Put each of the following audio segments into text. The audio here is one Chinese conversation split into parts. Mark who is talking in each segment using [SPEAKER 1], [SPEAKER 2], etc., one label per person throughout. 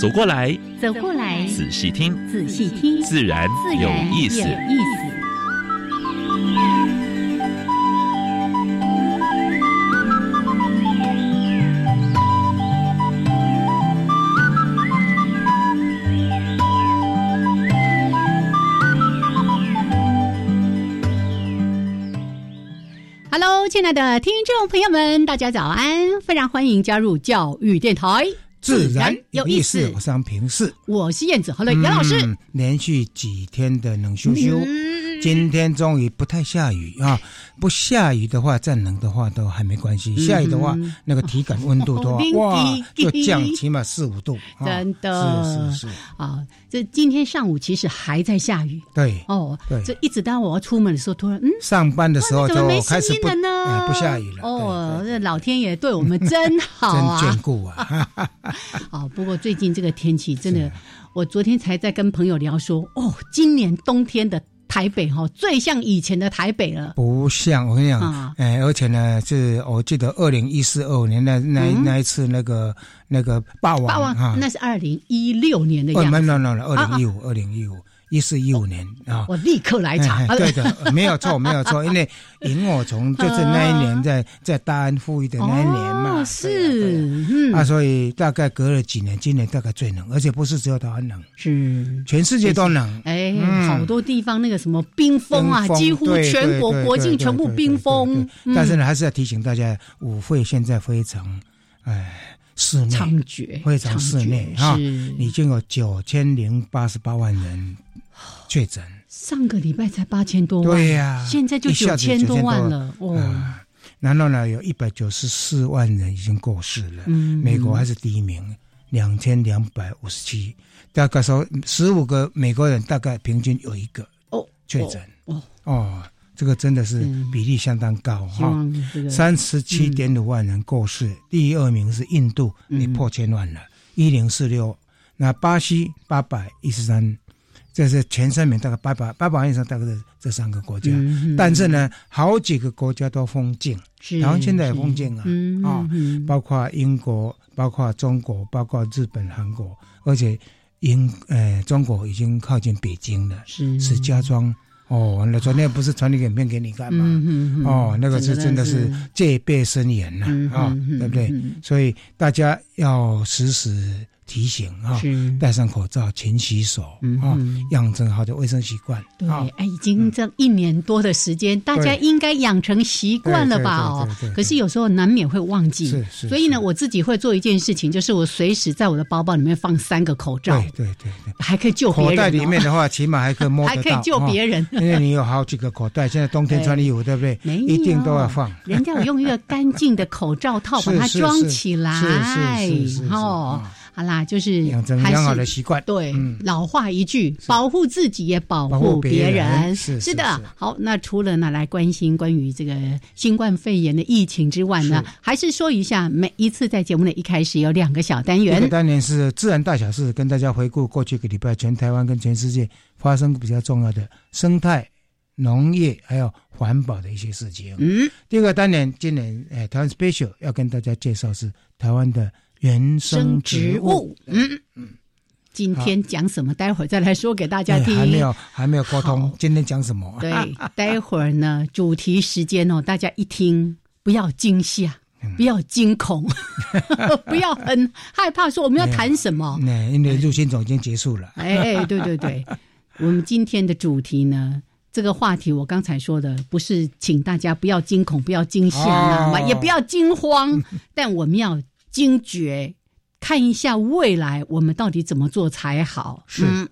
[SPEAKER 1] 走过来，
[SPEAKER 2] 走过来，
[SPEAKER 1] 仔细听，
[SPEAKER 2] 仔细听，
[SPEAKER 1] 自然
[SPEAKER 2] 自
[SPEAKER 1] 有
[SPEAKER 2] 然
[SPEAKER 1] 意思。
[SPEAKER 2] 有意思。Hello，亲爱的听众朋友们，大家早安！非常欢迎加入教育电台，
[SPEAKER 3] 自然
[SPEAKER 2] 有
[SPEAKER 3] 有
[SPEAKER 2] 意
[SPEAKER 3] 意
[SPEAKER 2] 思
[SPEAKER 3] 思。我是平视，
[SPEAKER 2] 我是燕子。好了，杨老师，嗯
[SPEAKER 3] 嗯连续几天的冷咻咻，今天终于不太下雨啊！不下雨的话，再冷的话都还没关
[SPEAKER 2] 嗯
[SPEAKER 3] 系，下雨的话，那个体感温度的话
[SPEAKER 2] 零，
[SPEAKER 3] 哇
[SPEAKER 2] 几，
[SPEAKER 3] 就降起码四五度，
[SPEAKER 2] 哦
[SPEAKER 3] 啊
[SPEAKER 2] 真的
[SPEAKER 3] 是是是，
[SPEAKER 2] 啊，这今天上午其实还在下雨
[SPEAKER 3] 对。
[SPEAKER 2] 哦
[SPEAKER 3] 对，
[SPEAKER 2] 这一直到我要出门的时候，突然嗯。
[SPEAKER 3] 上班的时候
[SPEAKER 2] 怎么
[SPEAKER 3] 就
[SPEAKER 2] 没声
[SPEAKER 3] 开始
[SPEAKER 2] 音
[SPEAKER 3] 不
[SPEAKER 2] 了呢？
[SPEAKER 3] 哎不下雨了，
[SPEAKER 2] 哦，
[SPEAKER 3] 对对
[SPEAKER 2] 这老天爷对我们真好
[SPEAKER 3] 真
[SPEAKER 2] 啊！
[SPEAKER 3] 眷顾啊！
[SPEAKER 2] 哦，不过最近这个天气真的，我昨天才在跟朋友聊说，哦，今年冬天的台北哈、哦，最像以前的台北了。
[SPEAKER 3] 不像我跟你讲
[SPEAKER 2] 啊，
[SPEAKER 3] 哎、而且呢，是我记得二零一四二五年那那、那一次那个那个霸王
[SPEAKER 2] 嗯霸王、
[SPEAKER 3] 啊，
[SPEAKER 2] 那是二零一六年的
[SPEAKER 3] 哦，没
[SPEAKER 2] 样子，
[SPEAKER 3] 有没有没有，二零一五二零一五一四一五年啊。
[SPEAKER 2] 我立刻来查。啊哦
[SPEAKER 3] 哎哎对的，没有错，没有 错，因为萤火虫就是那一年在在大安富裕的那一年嘛，
[SPEAKER 2] 哦，
[SPEAKER 3] 对啊。
[SPEAKER 2] 是，
[SPEAKER 3] 对
[SPEAKER 2] 嗯，
[SPEAKER 3] 啊啊，所以大概隔了几年，今年大概最冷，而且不是只有台湾冷，
[SPEAKER 2] 是。
[SPEAKER 3] 全世界都冷。
[SPEAKER 2] 哎，
[SPEAKER 3] 嗯
[SPEAKER 2] 好多地方那个什么冰封啊，
[SPEAKER 3] 风
[SPEAKER 2] 几乎
[SPEAKER 3] 对
[SPEAKER 2] 全国
[SPEAKER 3] 对对
[SPEAKER 2] 国境
[SPEAKER 3] 对
[SPEAKER 2] 全部
[SPEAKER 3] 对对
[SPEAKER 2] 冰
[SPEAKER 3] 对对
[SPEAKER 2] 封嗯
[SPEAKER 3] 对，但是呢，还是要提醒大家，舞会现在非常，哎，室内
[SPEAKER 2] 猖獗，
[SPEAKER 3] 非常室内
[SPEAKER 2] 猖獗
[SPEAKER 3] 哈，
[SPEAKER 2] 是
[SPEAKER 3] 已经有九千零八十八万人确诊。
[SPEAKER 2] 上个礼拜才八千多万，
[SPEAKER 3] 对呀
[SPEAKER 2] 现在就
[SPEAKER 3] 一
[SPEAKER 2] 九
[SPEAKER 3] 下子
[SPEAKER 2] 千多万
[SPEAKER 3] 9000多
[SPEAKER 2] 了，哦，
[SPEAKER 3] 啊，然后呢，有一百九十四万人已经过世了，
[SPEAKER 2] 嗯
[SPEAKER 3] 美国还是第一名，两千两百五十七，大概说十五个美国人大概平均有一个
[SPEAKER 2] 哦，
[SPEAKER 3] 确诊
[SPEAKER 2] 哦，哦
[SPEAKER 3] 哦，这个真的是
[SPEAKER 2] 嗯
[SPEAKER 3] 比例相当高
[SPEAKER 2] 哦希
[SPEAKER 3] 哈。
[SPEAKER 2] 望这个
[SPEAKER 3] 三十七点五万人过世，第二名是印度，
[SPEAKER 2] 嗯
[SPEAKER 3] 也破千万了，一零四六。那巴西八百一十三，这是前三名，大概八百八百万以上，大概是这三个国家。
[SPEAKER 2] 嗯
[SPEAKER 3] 但是呢，好几个国家都封禁，
[SPEAKER 2] 是
[SPEAKER 3] 台湾现在也
[SPEAKER 2] 是
[SPEAKER 3] 封禁啊，
[SPEAKER 2] 嗯
[SPEAKER 3] 啊，
[SPEAKER 2] 嗯
[SPEAKER 3] 包括英国、包括中国、包括日本、韩国，而且英呃中国已经靠近北京了，
[SPEAKER 2] 是
[SPEAKER 3] 石家庄哦，完了，昨天不是传那个影片给你看吗？
[SPEAKER 2] 嗯嗯嗯
[SPEAKER 3] 哦，那个是真的是
[SPEAKER 2] 真的是
[SPEAKER 3] 戒备森严呐
[SPEAKER 2] 嗯
[SPEAKER 3] 啊
[SPEAKER 2] 嗯嗯，
[SPEAKER 3] 对不对
[SPEAKER 2] 嗯？
[SPEAKER 3] 所以大家要时时提醒啊
[SPEAKER 2] 是，
[SPEAKER 3] 戴上口罩、勤洗手
[SPEAKER 2] 嗯
[SPEAKER 3] 啊
[SPEAKER 2] 嗯，
[SPEAKER 3] 养成好的卫生习惯
[SPEAKER 2] 对，
[SPEAKER 3] 啊。嗯
[SPEAKER 2] 哎，已经这一年多的时间，大家应该养成习惯了吧？哦
[SPEAKER 3] 对对对对，对
[SPEAKER 2] 可是有时候难免会忘记，
[SPEAKER 3] 是是
[SPEAKER 2] 所以呢，
[SPEAKER 3] 是
[SPEAKER 2] 我自己会做一件事情，就是我随时在我的包包里面放三个口罩
[SPEAKER 3] 对，对对对，
[SPEAKER 2] 还可以救 别
[SPEAKER 3] 口
[SPEAKER 2] 人哦，
[SPEAKER 3] 袋里面的话，起码还可以摸
[SPEAKER 2] 还
[SPEAKER 3] 得
[SPEAKER 2] 可以
[SPEAKER 3] 到，哦
[SPEAKER 2] 救别
[SPEAKER 3] 人。
[SPEAKER 2] 人。
[SPEAKER 3] 因为你有好几个口袋，现在冬天穿衣 服，对不对？
[SPEAKER 2] 没有，
[SPEAKER 3] 一定都要放。
[SPEAKER 2] 人家有用一个干净的口罩套把
[SPEAKER 3] 是
[SPEAKER 2] 它
[SPEAKER 3] 是
[SPEAKER 2] 装
[SPEAKER 3] 是
[SPEAKER 2] 起来
[SPEAKER 3] 是是是是，是
[SPEAKER 2] 哦
[SPEAKER 3] 啊，
[SPEAKER 2] 好啦，就是
[SPEAKER 3] 养成
[SPEAKER 2] 还是
[SPEAKER 3] 良好的习惯
[SPEAKER 2] 对
[SPEAKER 3] 嗯，
[SPEAKER 2] 老话一句，保护自己也保
[SPEAKER 3] 保
[SPEAKER 2] 护
[SPEAKER 3] 护别
[SPEAKER 2] 人，
[SPEAKER 3] 人是是
[SPEAKER 2] 的
[SPEAKER 3] 是。
[SPEAKER 2] 好，那除了呢来关心关于这个新冠肺炎的疫情之外呢，还是说一下，每一次在节目的一开始有两个小单
[SPEAKER 3] 这个
[SPEAKER 2] 元，
[SPEAKER 3] 单元是自然大小事，跟大家回顾过去一个礼拜全台湾跟全世界发生比较重要的生态、农业还有环保的一些事情。
[SPEAKER 2] 嗯，
[SPEAKER 3] 第二个单元，今年哎，台湾 special 要跟大家介绍是台湾的原生
[SPEAKER 2] 生
[SPEAKER 3] 植
[SPEAKER 2] 植物，嗯。今
[SPEAKER 3] 好
[SPEAKER 2] 天讲什么？待会儿再来说给大家
[SPEAKER 3] 哎
[SPEAKER 2] 听。
[SPEAKER 3] 还没有还没有沟通
[SPEAKER 2] 好，
[SPEAKER 3] 今天讲什 么？
[SPEAKER 2] 对，待会儿呢，主题时间哦，大家一听不要惊吓，
[SPEAKER 3] 嗯
[SPEAKER 2] 不要惊恐， 不要很害怕说我们要谈什么。
[SPEAKER 3] 那嗯因为入侵总已经结束了，
[SPEAKER 2] 哎哎，对对 对，我们今天的主题呢，这个话题我刚才说的不是请大家不要惊恐，不要惊吓啊，
[SPEAKER 3] 哦嗯
[SPEAKER 2] 也不要惊慌，但我们要惊觉，看一下未来我们到底怎么做才好。
[SPEAKER 3] 是
[SPEAKER 2] 嗯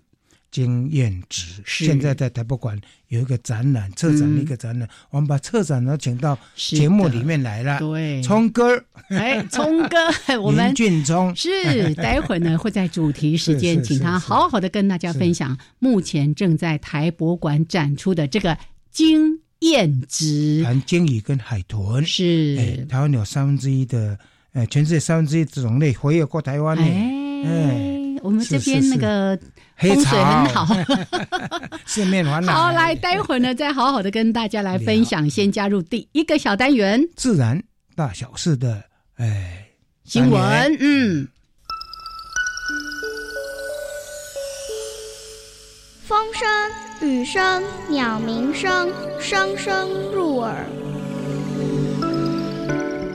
[SPEAKER 3] 经验值。
[SPEAKER 2] 是嗯
[SPEAKER 3] 现在在台博馆有一个展览，策展的一个展览，我们把策展呢请到
[SPEAKER 2] 是
[SPEAKER 3] 节目
[SPEAKER 2] 的
[SPEAKER 3] 里面来了。
[SPEAKER 2] 对
[SPEAKER 3] 聪哥儿，
[SPEAKER 2] 哎，聪哥， 我们
[SPEAKER 3] 林俊聪，
[SPEAKER 2] 是，待会儿呢会在主题时间，
[SPEAKER 3] 是是
[SPEAKER 2] 请他
[SPEAKER 3] 是
[SPEAKER 2] 好好的跟大家分享目前正在台博馆展出的这个经验值。
[SPEAKER 3] 谈鲸鱼跟海豚。哎
[SPEAKER 2] 是，
[SPEAKER 3] 台湾有三分之一的，呃，全世界三分之一的种类活跃过台湾呢。
[SPEAKER 2] 哎
[SPEAKER 3] 哎，
[SPEAKER 2] 我们这
[SPEAKER 3] 是是
[SPEAKER 2] 边那
[SPEAKER 3] 是
[SPEAKER 2] 个
[SPEAKER 3] 黑
[SPEAKER 2] 风水
[SPEAKER 3] 潮
[SPEAKER 2] 很好。
[SPEAKER 3] 四面环哎海。
[SPEAKER 2] 好，来，待会儿呢再好好的跟大家来分享。先加入第一个小单元
[SPEAKER 3] 自然大小事的，哎，
[SPEAKER 2] 新闻
[SPEAKER 3] 单元，
[SPEAKER 2] 嗯，
[SPEAKER 4] 风声、雨声、鸟鸣声，声声入耳。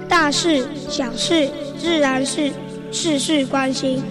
[SPEAKER 4] 大事、小事、自然是事事关心。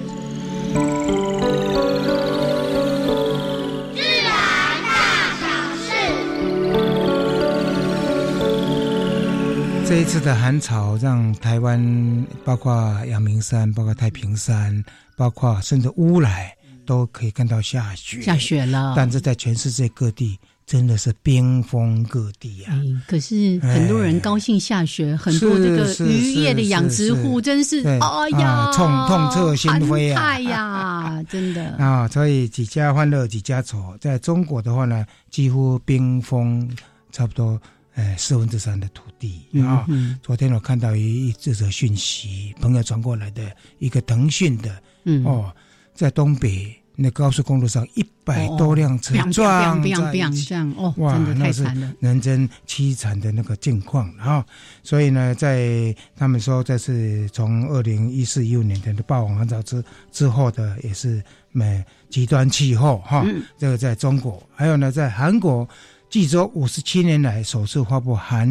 [SPEAKER 3] 这一次的寒潮让台湾，包括阳明山、包括太平山、包括甚至乌来，都可以看到下雪。
[SPEAKER 2] 嗯下，雪啊了。
[SPEAKER 3] 但是在全世界各地真的是冰封各地啊呀、
[SPEAKER 2] 哎，可是很多人高兴下雪，很多这个
[SPEAKER 3] 是
[SPEAKER 2] 渔业的
[SPEAKER 3] 是
[SPEAKER 2] 养殖
[SPEAKER 3] 是
[SPEAKER 2] 户
[SPEAKER 3] 是
[SPEAKER 2] 真是
[SPEAKER 3] 对，
[SPEAKER 2] 哎呀
[SPEAKER 3] 啊，痛痛彻心扉啊
[SPEAKER 2] 哎 呀，真的。
[SPEAKER 3] 啊、所以几家欢乐几家愁，在中国的话呢，几乎冰封差不多呃四分之三的土地啊。
[SPEAKER 2] 嗯
[SPEAKER 3] 昨天我看到一一这则讯息，朋友传过来的一个腾讯的
[SPEAKER 2] 嗯，
[SPEAKER 3] 哦，在东北那高速公路上一百
[SPEAKER 2] 哦
[SPEAKER 3] 多辆车
[SPEAKER 2] ，biang biang biang
[SPEAKER 3] 撞
[SPEAKER 2] biang
[SPEAKER 3] 在一
[SPEAKER 2] biang，这
[SPEAKER 3] 起，
[SPEAKER 2] 样哦，
[SPEAKER 3] 哇
[SPEAKER 2] 真的太
[SPEAKER 3] 那是
[SPEAKER 2] 惨了。
[SPEAKER 3] 人间凄惨的那个境况啊、所以呢，在他们说这是从二零一四一五年的霸王寒潮之之后的，也是呃极端气候哈、
[SPEAKER 2] 嗯
[SPEAKER 3] 这个在中国，还有呢，在韩国。济州五十七年来首次发布寒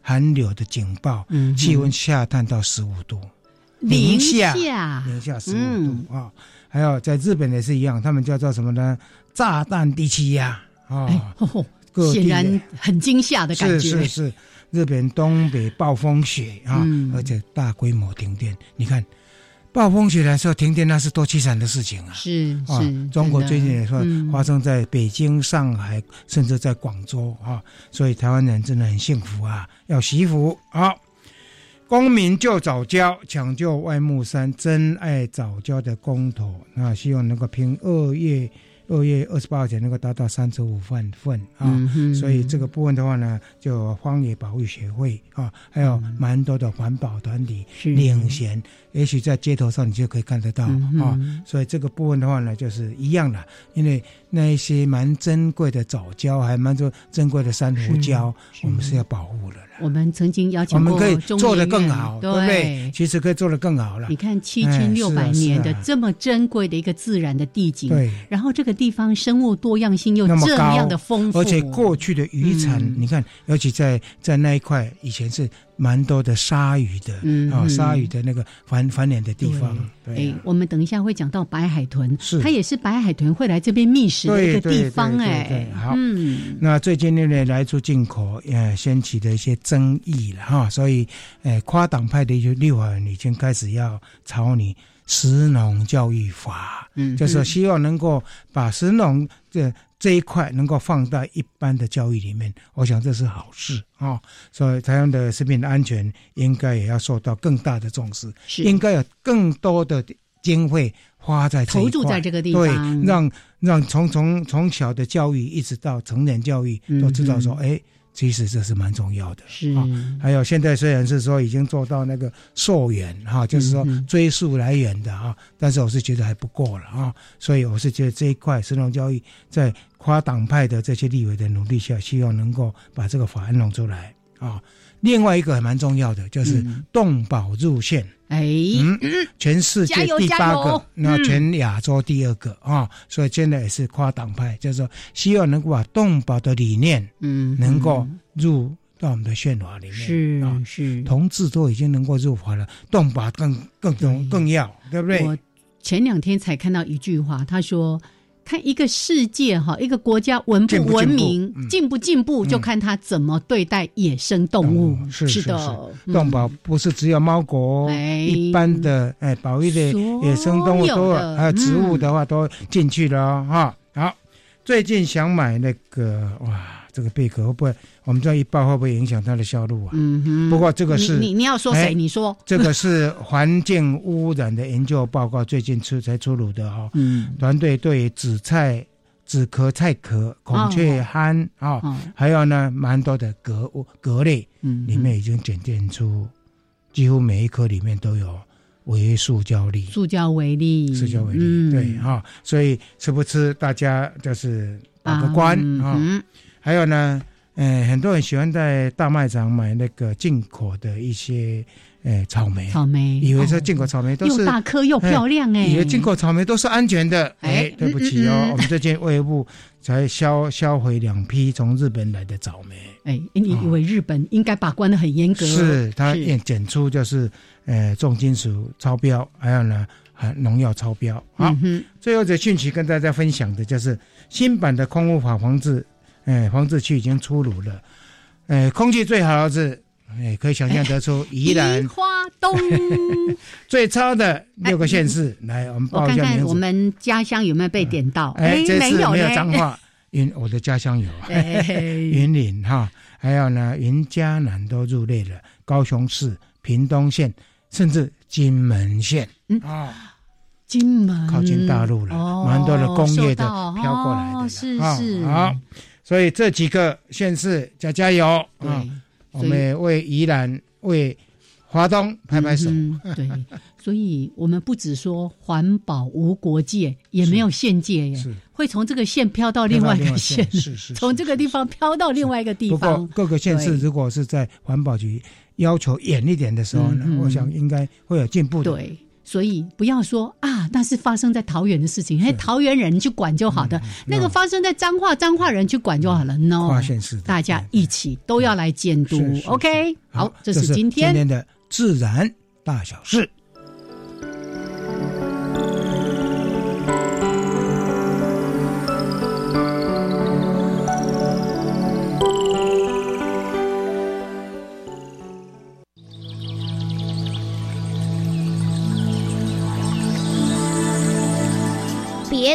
[SPEAKER 3] 寒流的警报，
[SPEAKER 2] 嗯哼
[SPEAKER 3] 气温下探到十五度，零下零下十五
[SPEAKER 2] 啊嗯
[SPEAKER 3] 度啊、还有在日本也是一样，他们叫做什么呢？炸弹低气压啊、
[SPEAKER 2] 哎，哦
[SPEAKER 3] 各
[SPEAKER 2] 显
[SPEAKER 3] 地啊
[SPEAKER 2] 然很惊吓的感
[SPEAKER 3] 是
[SPEAKER 2] 觉
[SPEAKER 3] 是。是，日本东北暴风雪啊、
[SPEAKER 2] 嗯
[SPEAKER 3] 而且大规模停电。你看，暴风雪来说停电那是多凄惨的事情啊！
[SPEAKER 2] 是
[SPEAKER 3] 啊
[SPEAKER 2] 是，，
[SPEAKER 3] 中国
[SPEAKER 2] 真的
[SPEAKER 3] 最近也说
[SPEAKER 2] 嗯
[SPEAKER 3] 发生在北京、上海，甚至在广州啊，所以台湾人真的很幸福啊，要惜福啊！公民就早教，抢救外木山真爱早教的公投，那希望能够凭二月二月二十八号前能够达到三十五万份啊。
[SPEAKER 2] 嗯哼
[SPEAKER 3] 所以这个部分的话呢，就荒野保护协会啊，还有蛮多的环保团体
[SPEAKER 2] 嗯是
[SPEAKER 3] 领衔，也许在街头上你就可以看得到
[SPEAKER 2] 嗯哼
[SPEAKER 3] 啊。所以这个部分的话呢，就是一样的，因为那一些蛮珍贵的藻礁，还蛮多珍贵的珊瑚礁，我们是要保护的啦。
[SPEAKER 2] 我们曾经邀
[SPEAKER 3] 我
[SPEAKER 2] 请过
[SPEAKER 3] 们可以
[SPEAKER 2] 中
[SPEAKER 3] 做得
[SPEAKER 2] 研院
[SPEAKER 3] 更好，对不对？其实可以做得更好了
[SPEAKER 2] 你。看七
[SPEAKER 3] 哎
[SPEAKER 2] 千六
[SPEAKER 3] 是
[SPEAKER 2] 百
[SPEAKER 3] 啊是
[SPEAKER 2] 年的
[SPEAKER 3] 啊
[SPEAKER 2] 这么珍贵的一个自然的地景，
[SPEAKER 3] 对，
[SPEAKER 2] 然后这个地方生物多样性又
[SPEAKER 3] 那么
[SPEAKER 2] 这
[SPEAKER 3] 高
[SPEAKER 2] 样的丰富，
[SPEAKER 3] 而且过去的渔产，
[SPEAKER 2] 嗯
[SPEAKER 3] 你看，尤其在在那一块，以前是蛮多的鲨鱼的，
[SPEAKER 2] 嗯
[SPEAKER 3] 啊、
[SPEAKER 2] 嗯
[SPEAKER 3] 鲨鱼的那个繁繁衍的地方，对
[SPEAKER 2] 哎
[SPEAKER 3] 呀，
[SPEAKER 2] 我们等一下会讲到白海豚，
[SPEAKER 3] 啊是
[SPEAKER 2] 它也是白海豚会来这边觅食的一个
[SPEAKER 3] 对对
[SPEAKER 2] 地方，
[SPEAKER 3] 对对
[SPEAKER 2] 哎
[SPEAKER 3] 对，好
[SPEAKER 2] 嗯，
[SPEAKER 3] 那最近因为来出进口，呃，掀起的一些争议了哈，所以，呃，跨党派的一些立法人已经开始要草拟食农教育法，
[SPEAKER 2] 嗯
[SPEAKER 3] 就是说
[SPEAKER 2] 嗯
[SPEAKER 3] 希望能够把食农这这一块能够放到一般的教育里面，我想这是好事啊、所以台湾的食品安全应该也要受到更大的重视，
[SPEAKER 2] 是
[SPEAKER 3] 应该有更多的经费花在这一块
[SPEAKER 2] 投注在这个地方
[SPEAKER 3] 对，让让从从从小的教育一直到成人教育
[SPEAKER 2] 嗯
[SPEAKER 3] 都知道说，
[SPEAKER 2] 嗯
[SPEAKER 3] 哎、其实这是蛮重要的。
[SPEAKER 2] 是
[SPEAKER 3] 啊还有现在虽然是说已经做到那个溯源哈、就是说
[SPEAKER 2] 嗯嗯
[SPEAKER 3] 追溯来源的哈、但是我是觉得还不够了啊，所以我是觉得这一块神农教育在跨党派的这些立委的努力下，希望能够把这个法案弄出来啊。另外一个还蛮重要的就是
[SPEAKER 2] 嗯
[SPEAKER 3] 动保入宪，
[SPEAKER 2] 哎，
[SPEAKER 3] 嗯，全世
[SPEAKER 2] 加
[SPEAKER 3] 界
[SPEAKER 2] 油
[SPEAKER 3] 第八
[SPEAKER 2] 加油嗯
[SPEAKER 3] 个，那全亚洲第二个啊、所以现在也是跨党派，就是说希望能够把动保的理念
[SPEAKER 2] 嗯，
[SPEAKER 3] 能够入到我们的宪法里面，
[SPEAKER 2] 是
[SPEAKER 3] 啊，
[SPEAKER 2] 是，
[SPEAKER 3] 同志都已经能够入法了，动保更更更更要，对不对？
[SPEAKER 2] 我前两天才看到一句话，他说。看一个世界哈，一个国家文不
[SPEAKER 3] 进不进步
[SPEAKER 2] 文明、
[SPEAKER 3] 嗯
[SPEAKER 2] 进不进步，就
[SPEAKER 3] 嗯
[SPEAKER 2] 看他怎么对待野生动物。
[SPEAKER 3] 动物是是
[SPEAKER 2] 的，嗯
[SPEAKER 3] 动保不是只有猫狗，哦
[SPEAKER 2] 哎
[SPEAKER 3] 一般的哎保育类
[SPEAKER 2] 所有的嗯
[SPEAKER 3] 啊野生动物都有还有植物的话都进去了哦哈、好，最近想买那个哇，这个贝壳会不会？我们知道一爆会不会影响它的销路啊？
[SPEAKER 2] 嗯哼，
[SPEAKER 3] 不过这个是
[SPEAKER 2] 你你你要说谁？
[SPEAKER 3] 哎
[SPEAKER 2] 你说，
[SPEAKER 3] 这个是环境污染的研究报告，最近出才出炉的哈、哦。
[SPEAKER 2] 嗯，
[SPEAKER 3] 团队对紫菜、紫壳、菜壳、孔雀憨啊、哦
[SPEAKER 2] 哦，
[SPEAKER 3] 还有呢蛮多的蛤物蛤类，
[SPEAKER 2] 嗯，
[SPEAKER 3] 里面已经检验出，几乎每一颗里面都有微塑胶粒，
[SPEAKER 2] 塑胶为例，
[SPEAKER 3] 塑胶微粒。
[SPEAKER 2] 嗯
[SPEAKER 3] 对哈、哦所以吃不吃大家就是把个关啊、哦
[SPEAKER 2] 嗯
[SPEAKER 3] 还有呢，呃，很多人喜欢在大卖场买那个进口的一些呃草莓
[SPEAKER 2] 哼，草莓，
[SPEAKER 3] 以为说
[SPEAKER 2] 哦
[SPEAKER 3] 进口草莓都
[SPEAKER 2] 又
[SPEAKER 3] 是
[SPEAKER 2] 大颗又漂亮哎，
[SPEAKER 3] 以为进口草莓都是安全的，
[SPEAKER 2] 哎
[SPEAKER 3] 哎、对不起哦，
[SPEAKER 2] 嗯嗯嗯
[SPEAKER 3] 我们最近卫生部才销销毁两批从日本来的草莓，
[SPEAKER 2] 哎，你以为日本应该把关的很严格，
[SPEAKER 3] 啊是它
[SPEAKER 2] 是
[SPEAKER 3] 验检出就是呃重金属超标，还有呢含农药超标。好，
[SPEAKER 2] 嗯哼，
[SPEAKER 3] 最后的讯息跟大家分享的就是新版的空污法防治，哎、防治区已经出炉了，哎、空气最好的是。哎，可以想象得出，
[SPEAKER 2] 哎
[SPEAKER 3] 宜兰
[SPEAKER 2] 花东，
[SPEAKER 3] 最差的六个县市，来，我们
[SPEAKER 2] 哎我
[SPEAKER 3] 报一
[SPEAKER 2] 看
[SPEAKER 3] 下名
[SPEAKER 2] 看
[SPEAKER 3] 字。
[SPEAKER 2] 我们家乡有没有被点到？
[SPEAKER 3] 哎，这
[SPEAKER 2] 没
[SPEAKER 3] 次
[SPEAKER 2] 有
[SPEAKER 3] 没有
[SPEAKER 2] 嘞
[SPEAKER 3] 脏话，云我的家乡有啊，
[SPEAKER 2] 哎，
[SPEAKER 3] 云林哈，还有呢，云嘉南都入内了，高雄市、屏东县，甚至金门县
[SPEAKER 2] 嗯
[SPEAKER 3] 啊，
[SPEAKER 2] 金门
[SPEAKER 3] 靠近大陆了
[SPEAKER 2] 哦
[SPEAKER 3] 蛮多的工业的
[SPEAKER 2] 受到
[SPEAKER 3] 飘过来的
[SPEAKER 2] 哦
[SPEAKER 3] 了
[SPEAKER 2] 是
[SPEAKER 3] 啊
[SPEAKER 2] 是，
[SPEAKER 3] 好，所以这几个县市加加油
[SPEAKER 2] 对
[SPEAKER 3] 啊！我
[SPEAKER 2] 所以
[SPEAKER 3] 们也为宜兰、为华东拍拍手。
[SPEAKER 2] 嗯哼对，所以我们不只说环保无国界，也没有县界耶
[SPEAKER 3] 是，
[SPEAKER 2] 会从这个县飘到嗯另外一个县，
[SPEAKER 3] 是是是，
[SPEAKER 2] 从这个地方飘到另外一个地
[SPEAKER 3] 不过
[SPEAKER 2] 方。
[SPEAKER 3] 各个县市
[SPEAKER 2] 对
[SPEAKER 3] 如果是在环保局要求严一点的时候呢，
[SPEAKER 2] 嗯嗯
[SPEAKER 3] 我想应该会有进步的。
[SPEAKER 2] 对，所以不要说啊，那是发生在桃园的事情，哎，
[SPEAKER 3] 是嗯
[SPEAKER 2] 桃园人去管就好的，那个
[SPEAKER 3] no
[SPEAKER 2] 发生在彰化，彰化人去管就好了。No，
[SPEAKER 3] 跨县市的，
[SPEAKER 2] 哦大家
[SPEAKER 3] 对
[SPEAKER 2] 一起都要来监督
[SPEAKER 3] 是是。是
[SPEAKER 2] OK，好，这
[SPEAKER 3] 啊是
[SPEAKER 2] 是今
[SPEAKER 3] 今
[SPEAKER 2] 天
[SPEAKER 3] 天的自然大小事。
[SPEAKER 4] 别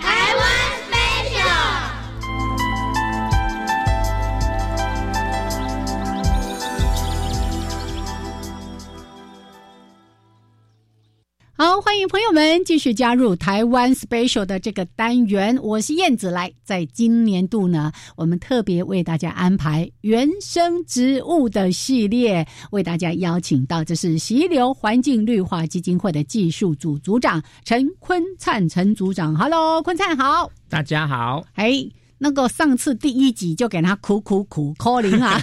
[SPEAKER 4] 台湾 special。
[SPEAKER 2] 好，欢迎朋友们继续加入台湾 Special 的这个单元，我是燕子来。在今年度呢，我们特别为大家安排原生植物的系列，为大家邀请到这是溪流环境绿化基金会的技术组组长陈坤灿陈组长，Hello，坤灿好。
[SPEAKER 5] 大家好，
[SPEAKER 2] 哎，那个上次第一集就给他苦苦苦 calling 啊，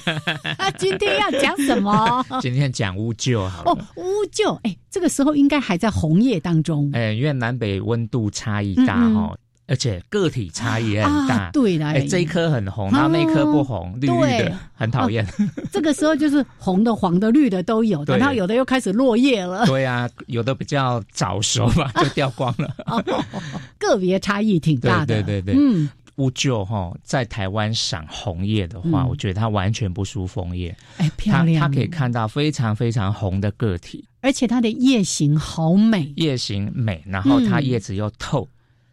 [SPEAKER 2] 今天要讲什么？
[SPEAKER 5] 今天讲乌桕好
[SPEAKER 2] 哦
[SPEAKER 5] 了。，
[SPEAKER 2] 乌桕，哎，这个时候应该还在红叶当中。
[SPEAKER 5] 哎、因为南北温度差异大
[SPEAKER 2] 嗯嗯
[SPEAKER 5] 哦，而且个体差异也很大
[SPEAKER 2] 啊、。对啦，
[SPEAKER 5] 哎、这一颗很红，
[SPEAKER 2] 啊
[SPEAKER 5] 然后那一颗不红，绿绿
[SPEAKER 2] 对啊
[SPEAKER 5] 的，很讨厌。
[SPEAKER 2] 这个时候就是红的、黄的、绿的都有，
[SPEAKER 5] 对
[SPEAKER 2] 然后有的又开始落叶了，
[SPEAKER 5] 对啊，有的比较早熟吧，
[SPEAKER 2] 啊
[SPEAKER 5] 就掉光了。
[SPEAKER 2] 个别差异挺大的。
[SPEAKER 5] 对对对对
[SPEAKER 2] 嗯，
[SPEAKER 5] 乌桕哈，在台湾赏红叶的话，
[SPEAKER 2] 嗯
[SPEAKER 5] 我觉得它完全不输枫叶，
[SPEAKER 2] 哎，
[SPEAKER 5] 它
[SPEAKER 2] 漂亮，
[SPEAKER 5] 它可以，看到非常非常红的个体，
[SPEAKER 2] 而且它的叶形好美，
[SPEAKER 5] 叶形美，然后它
[SPEAKER 2] 嗯
[SPEAKER 5] 叶子又透，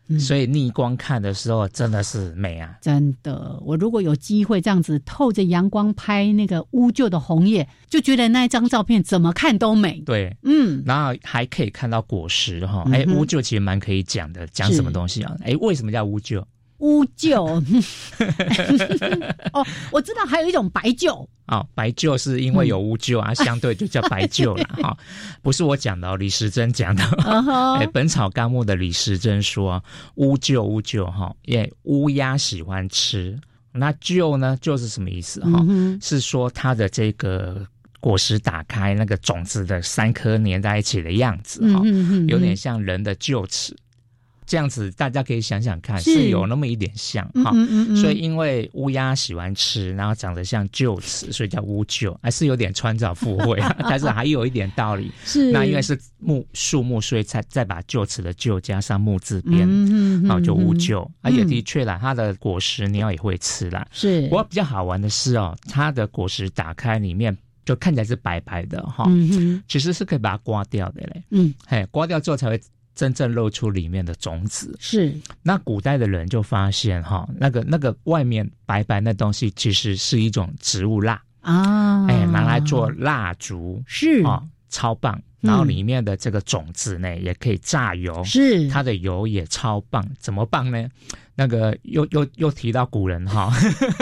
[SPEAKER 2] 嗯
[SPEAKER 5] 所以逆光看的时候真的是美啊。
[SPEAKER 2] 真的，我如果有机会这样子透着阳光拍那个乌桕的红叶，就觉得那一张照片怎么看都美。
[SPEAKER 5] 对，
[SPEAKER 2] 嗯，
[SPEAKER 5] 然后还可以看到果实哈，
[SPEAKER 2] 嗯哼
[SPEAKER 5] 哎、乌桕其实蛮可以讲的，讲什么东西啊？哎，为什么叫乌桕？
[SPEAKER 2] 乌桕， 哦，我知道还有一种白桕，
[SPEAKER 5] 哦，白桕是因为有乌桕
[SPEAKER 2] 嗯
[SPEAKER 5] 啊，相对就叫白桕了 哈、不是我讲的、哦，李时珍讲的。
[SPEAKER 2] 嗯
[SPEAKER 5] 哎，
[SPEAKER 2] 哼
[SPEAKER 5] 《本草纲目》的李时珍说，乌桕乌桕哈，耶，乌鸦喜欢吃。那桕呢，就是什么意思哈、
[SPEAKER 2] 嗯哼，
[SPEAKER 5] 是说它的这个果实打开，那个种子的三颗粘在一起的样子
[SPEAKER 2] 嗯
[SPEAKER 5] 哈、
[SPEAKER 2] 哼嗯哼，
[SPEAKER 5] 有点像人的臼齿。这样子大家可以想想看，
[SPEAKER 2] 是
[SPEAKER 5] 是有那么一点像
[SPEAKER 2] 嗯
[SPEAKER 5] 哈。
[SPEAKER 2] 嗯嗯嗯，
[SPEAKER 5] 所以，因为乌鸦喜欢吃，然后长得像臼齿，所以叫乌臼，还是有点穿凿附会，啊 但是还有一点道理。
[SPEAKER 2] 是
[SPEAKER 5] 那因为是木树木，所以才再把臼齿的臼加上木字边，
[SPEAKER 2] 嗯
[SPEAKER 5] 然后就
[SPEAKER 2] 嗯
[SPEAKER 5] 乌，
[SPEAKER 2] 嗯嗯
[SPEAKER 5] 臼。啊，也
[SPEAKER 2] 嗯
[SPEAKER 5] 的确啦，它的果实鸟也会吃啦。
[SPEAKER 2] 是
[SPEAKER 5] 不过比较好玩的是哦，它的果实打开里面就看起来是白白的哈、
[SPEAKER 2] 嗯哼
[SPEAKER 5] 其实是可以把它刮掉的嘞。
[SPEAKER 2] 嗯
[SPEAKER 5] 嘿，刮掉之后才会真正露出里面的种子。
[SPEAKER 2] 是
[SPEAKER 5] 那古代的人就发现哈、那个那个外面白白那东西其实是一种植物蜡，
[SPEAKER 2] 啊，
[SPEAKER 5] 哎、拿来做蜡烛
[SPEAKER 2] 是
[SPEAKER 5] 啊、超棒。然后里面的这个种子呢，也可以榨油，
[SPEAKER 2] 是
[SPEAKER 5] 它的油也超棒，怎么棒呢？那个又又又提到古人哈，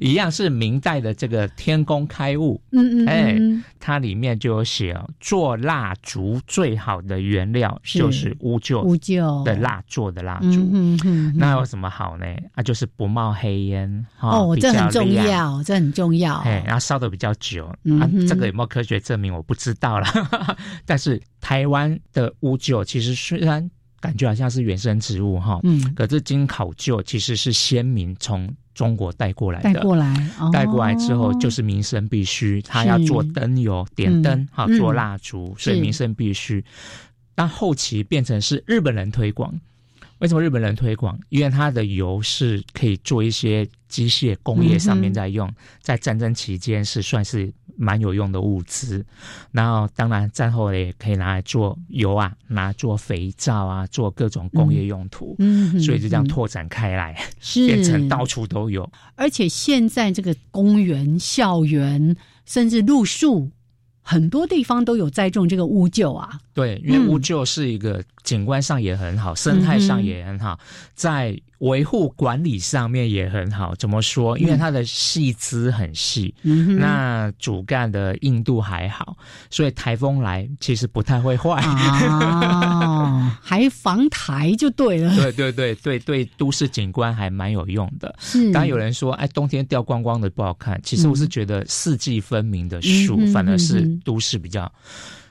[SPEAKER 5] 一样是明代的这个天工开物，
[SPEAKER 2] 嗯嗯
[SPEAKER 5] 哎
[SPEAKER 2] 嗯
[SPEAKER 5] 它里面就有写哦，做蜡烛最好的原料
[SPEAKER 2] 是
[SPEAKER 5] 就是乌
[SPEAKER 2] 嗯乌
[SPEAKER 5] 桕
[SPEAKER 2] 桕
[SPEAKER 5] 的蜡做的蜡烛。
[SPEAKER 2] 嗯嗯嗯，
[SPEAKER 5] 那有什么好呢？啊，就是不冒黑烟哈，
[SPEAKER 2] 哦，
[SPEAKER 5] 比
[SPEAKER 2] 这很
[SPEAKER 5] 较
[SPEAKER 2] 重
[SPEAKER 5] 亮。
[SPEAKER 2] 要，这很重要，
[SPEAKER 5] 哎，然后烧的比较久，
[SPEAKER 2] 嗯
[SPEAKER 5] 啊
[SPEAKER 2] 哼，
[SPEAKER 5] 这个有没有科学证明我不知道啦。 但是台湾的乌桕其实虽然感觉好像是原生植物哈，
[SPEAKER 2] 嗯，
[SPEAKER 5] 可是经考究其实是先民从中国带过来
[SPEAKER 2] 带
[SPEAKER 5] 的。
[SPEAKER 2] 过来，哦
[SPEAKER 5] 带过来之后就是民生必须，他要做灯油、点灯
[SPEAKER 2] 嗯，
[SPEAKER 5] 好、
[SPEAKER 2] 嗯
[SPEAKER 5] 做蜡烛，所以
[SPEAKER 2] 是
[SPEAKER 5] 民生必须。但后期变成是日本人推广，为什么日本人推广？因为它的油是可以做一些机械工业上面在
[SPEAKER 2] 嗯
[SPEAKER 5] 用，在战争期间是算是蛮有用的物资。然后当然战后也可以拿来做油啊，拿来做肥皂啊，做各种工业用途。
[SPEAKER 2] 嗯哼，
[SPEAKER 5] 所以就这样
[SPEAKER 2] 嗯
[SPEAKER 5] 拓展开来，
[SPEAKER 2] 是
[SPEAKER 5] 变成到处都有。
[SPEAKER 2] 而且现在这个公园、校园，甚至路树，很多地方都有栽种这个乌桕啊。
[SPEAKER 5] 对，因为
[SPEAKER 2] 嗯
[SPEAKER 5] 乌桕是一个景观上也很好，生态上也很
[SPEAKER 2] 嗯
[SPEAKER 5] 好，在维护管理上面也很好。怎么说？因为它的细枝很细，
[SPEAKER 2] 嗯哼，
[SPEAKER 5] 那主干的硬度还好，所以台风来其实不太会坏。
[SPEAKER 2] 啊，还防台就对了。
[SPEAKER 5] 对对对对对，都市景观还蛮有用的。
[SPEAKER 2] 是，
[SPEAKER 5] 当然有人说，哎，冬天掉光光的不好看。其实我是觉得四季分明的树，
[SPEAKER 2] 嗯嗯
[SPEAKER 5] 反而是
[SPEAKER 2] 嗯嗯
[SPEAKER 5] 都市比较，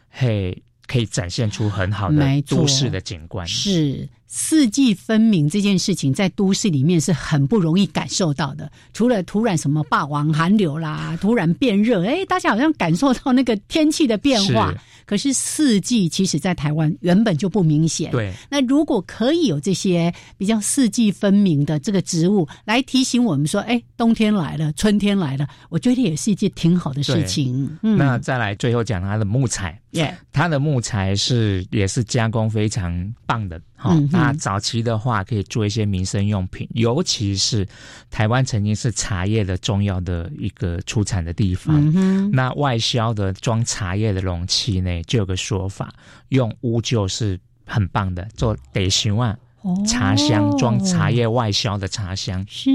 [SPEAKER 5] 嘿，可以展现出很好
[SPEAKER 2] 没
[SPEAKER 5] 的
[SPEAKER 2] 错
[SPEAKER 5] 都市的景观。
[SPEAKER 2] 是四季分明这件事情，在都市里面是很不容易感受到的。除了突然什么霸王寒流 啦，突然变热，哎，大家好像感受到那个天气的变化
[SPEAKER 5] 是。
[SPEAKER 2] 可是四季其实在台湾原本就不明显。。
[SPEAKER 5] 对，
[SPEAKER 2] 那如果可以有这些比较四季分明的这个植物来提醒我们说，哎，冬天来了，春天来了，我觉得也是一件挺好的事情。嗯，
[SPEAKER 5] 那再来最后讲它的木材，
[SPEAKER 2] 耶，
[SPEAKER 5] 它的木材是也是加工非常棒的哈、
[SPEAKER 2] 嗯哼
[SPEAKER 5] 那早期的话可以做一些民生用品，尤其是台湾曾经是茶叶的重要的一个出产的地方。
[SPEAKER 2] 嗯哼，
[SPEAKER 5] 那外销的装茶叶的容器呢，就有个说法，用乌桕是很棒的，做得行啊，
[SPEAKER 2] 哦
[SPEAKER 5] 茶香装茶叶外销的茶香。
[SPEAKER 2] 是、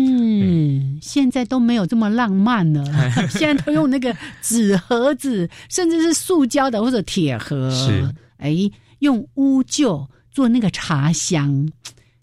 [SPEAKER 2] 现在都没有这么浪漫了，现在都用那个纸盒子，甚至是塑胶的或者铁盒。
[SPEAKER 5] 是，
[SPEAKER 2] 哎，用乌桕做那个茶香，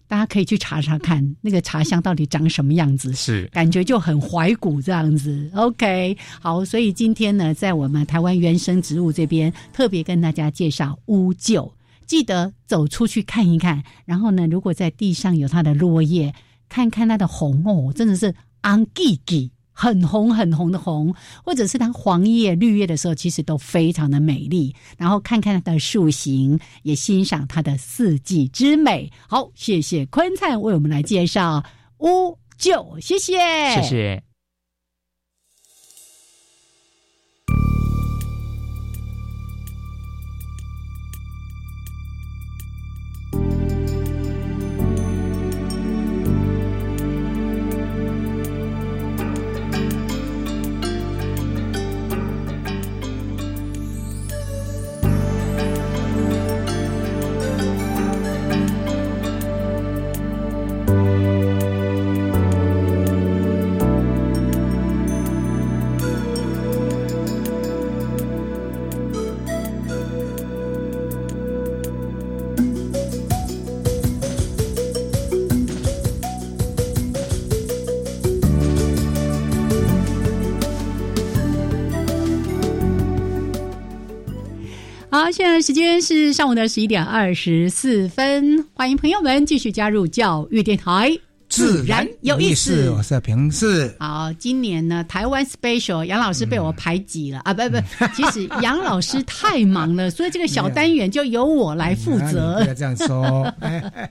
[SPEAKER 2] 大家可以去查查看那个茶香到底长什么样子。
[SPEAKER 5] 是，
[SPEAKER 2] 感觉就很怀古这样子。OK，好，所以今天呢，在我们台湾原生植物这边，特别跟大家介绍乌桕，记得走出去看一看。然后呢，如果在地上有它的落叶，看看它的红哦，真的是昂吉吉。很红很红的红，或者是它黄叶绿叶的时候，其实都非常的美丽。然后看看它的树形，也欣赏它的四季之美。好，谢谢坤灿为我们来介绍乌桕，谢谢，
[SPEAKER 5] 谢谢。
[SPEAKER 6] Thank
[SPEAKER 2] 好，现在时间是上午的十一点二十四分，欢迎朋友们继续加入教育电台。
[SPEAKER 3] 自
[SPEAKER 2] 然有意思
[SPEAKER 3] 我是平视。
[SPEAKER 2] 好，啊今年呢，台湾 special 杨老师被我排挤了、啊！不不，其实杨老师太忙了，所以这个小单元就由我来负
[SPEAKER 3] 哎呀你不
[SPEAKER 2] 责
[SPEAKER 3] 要。这样 说。哎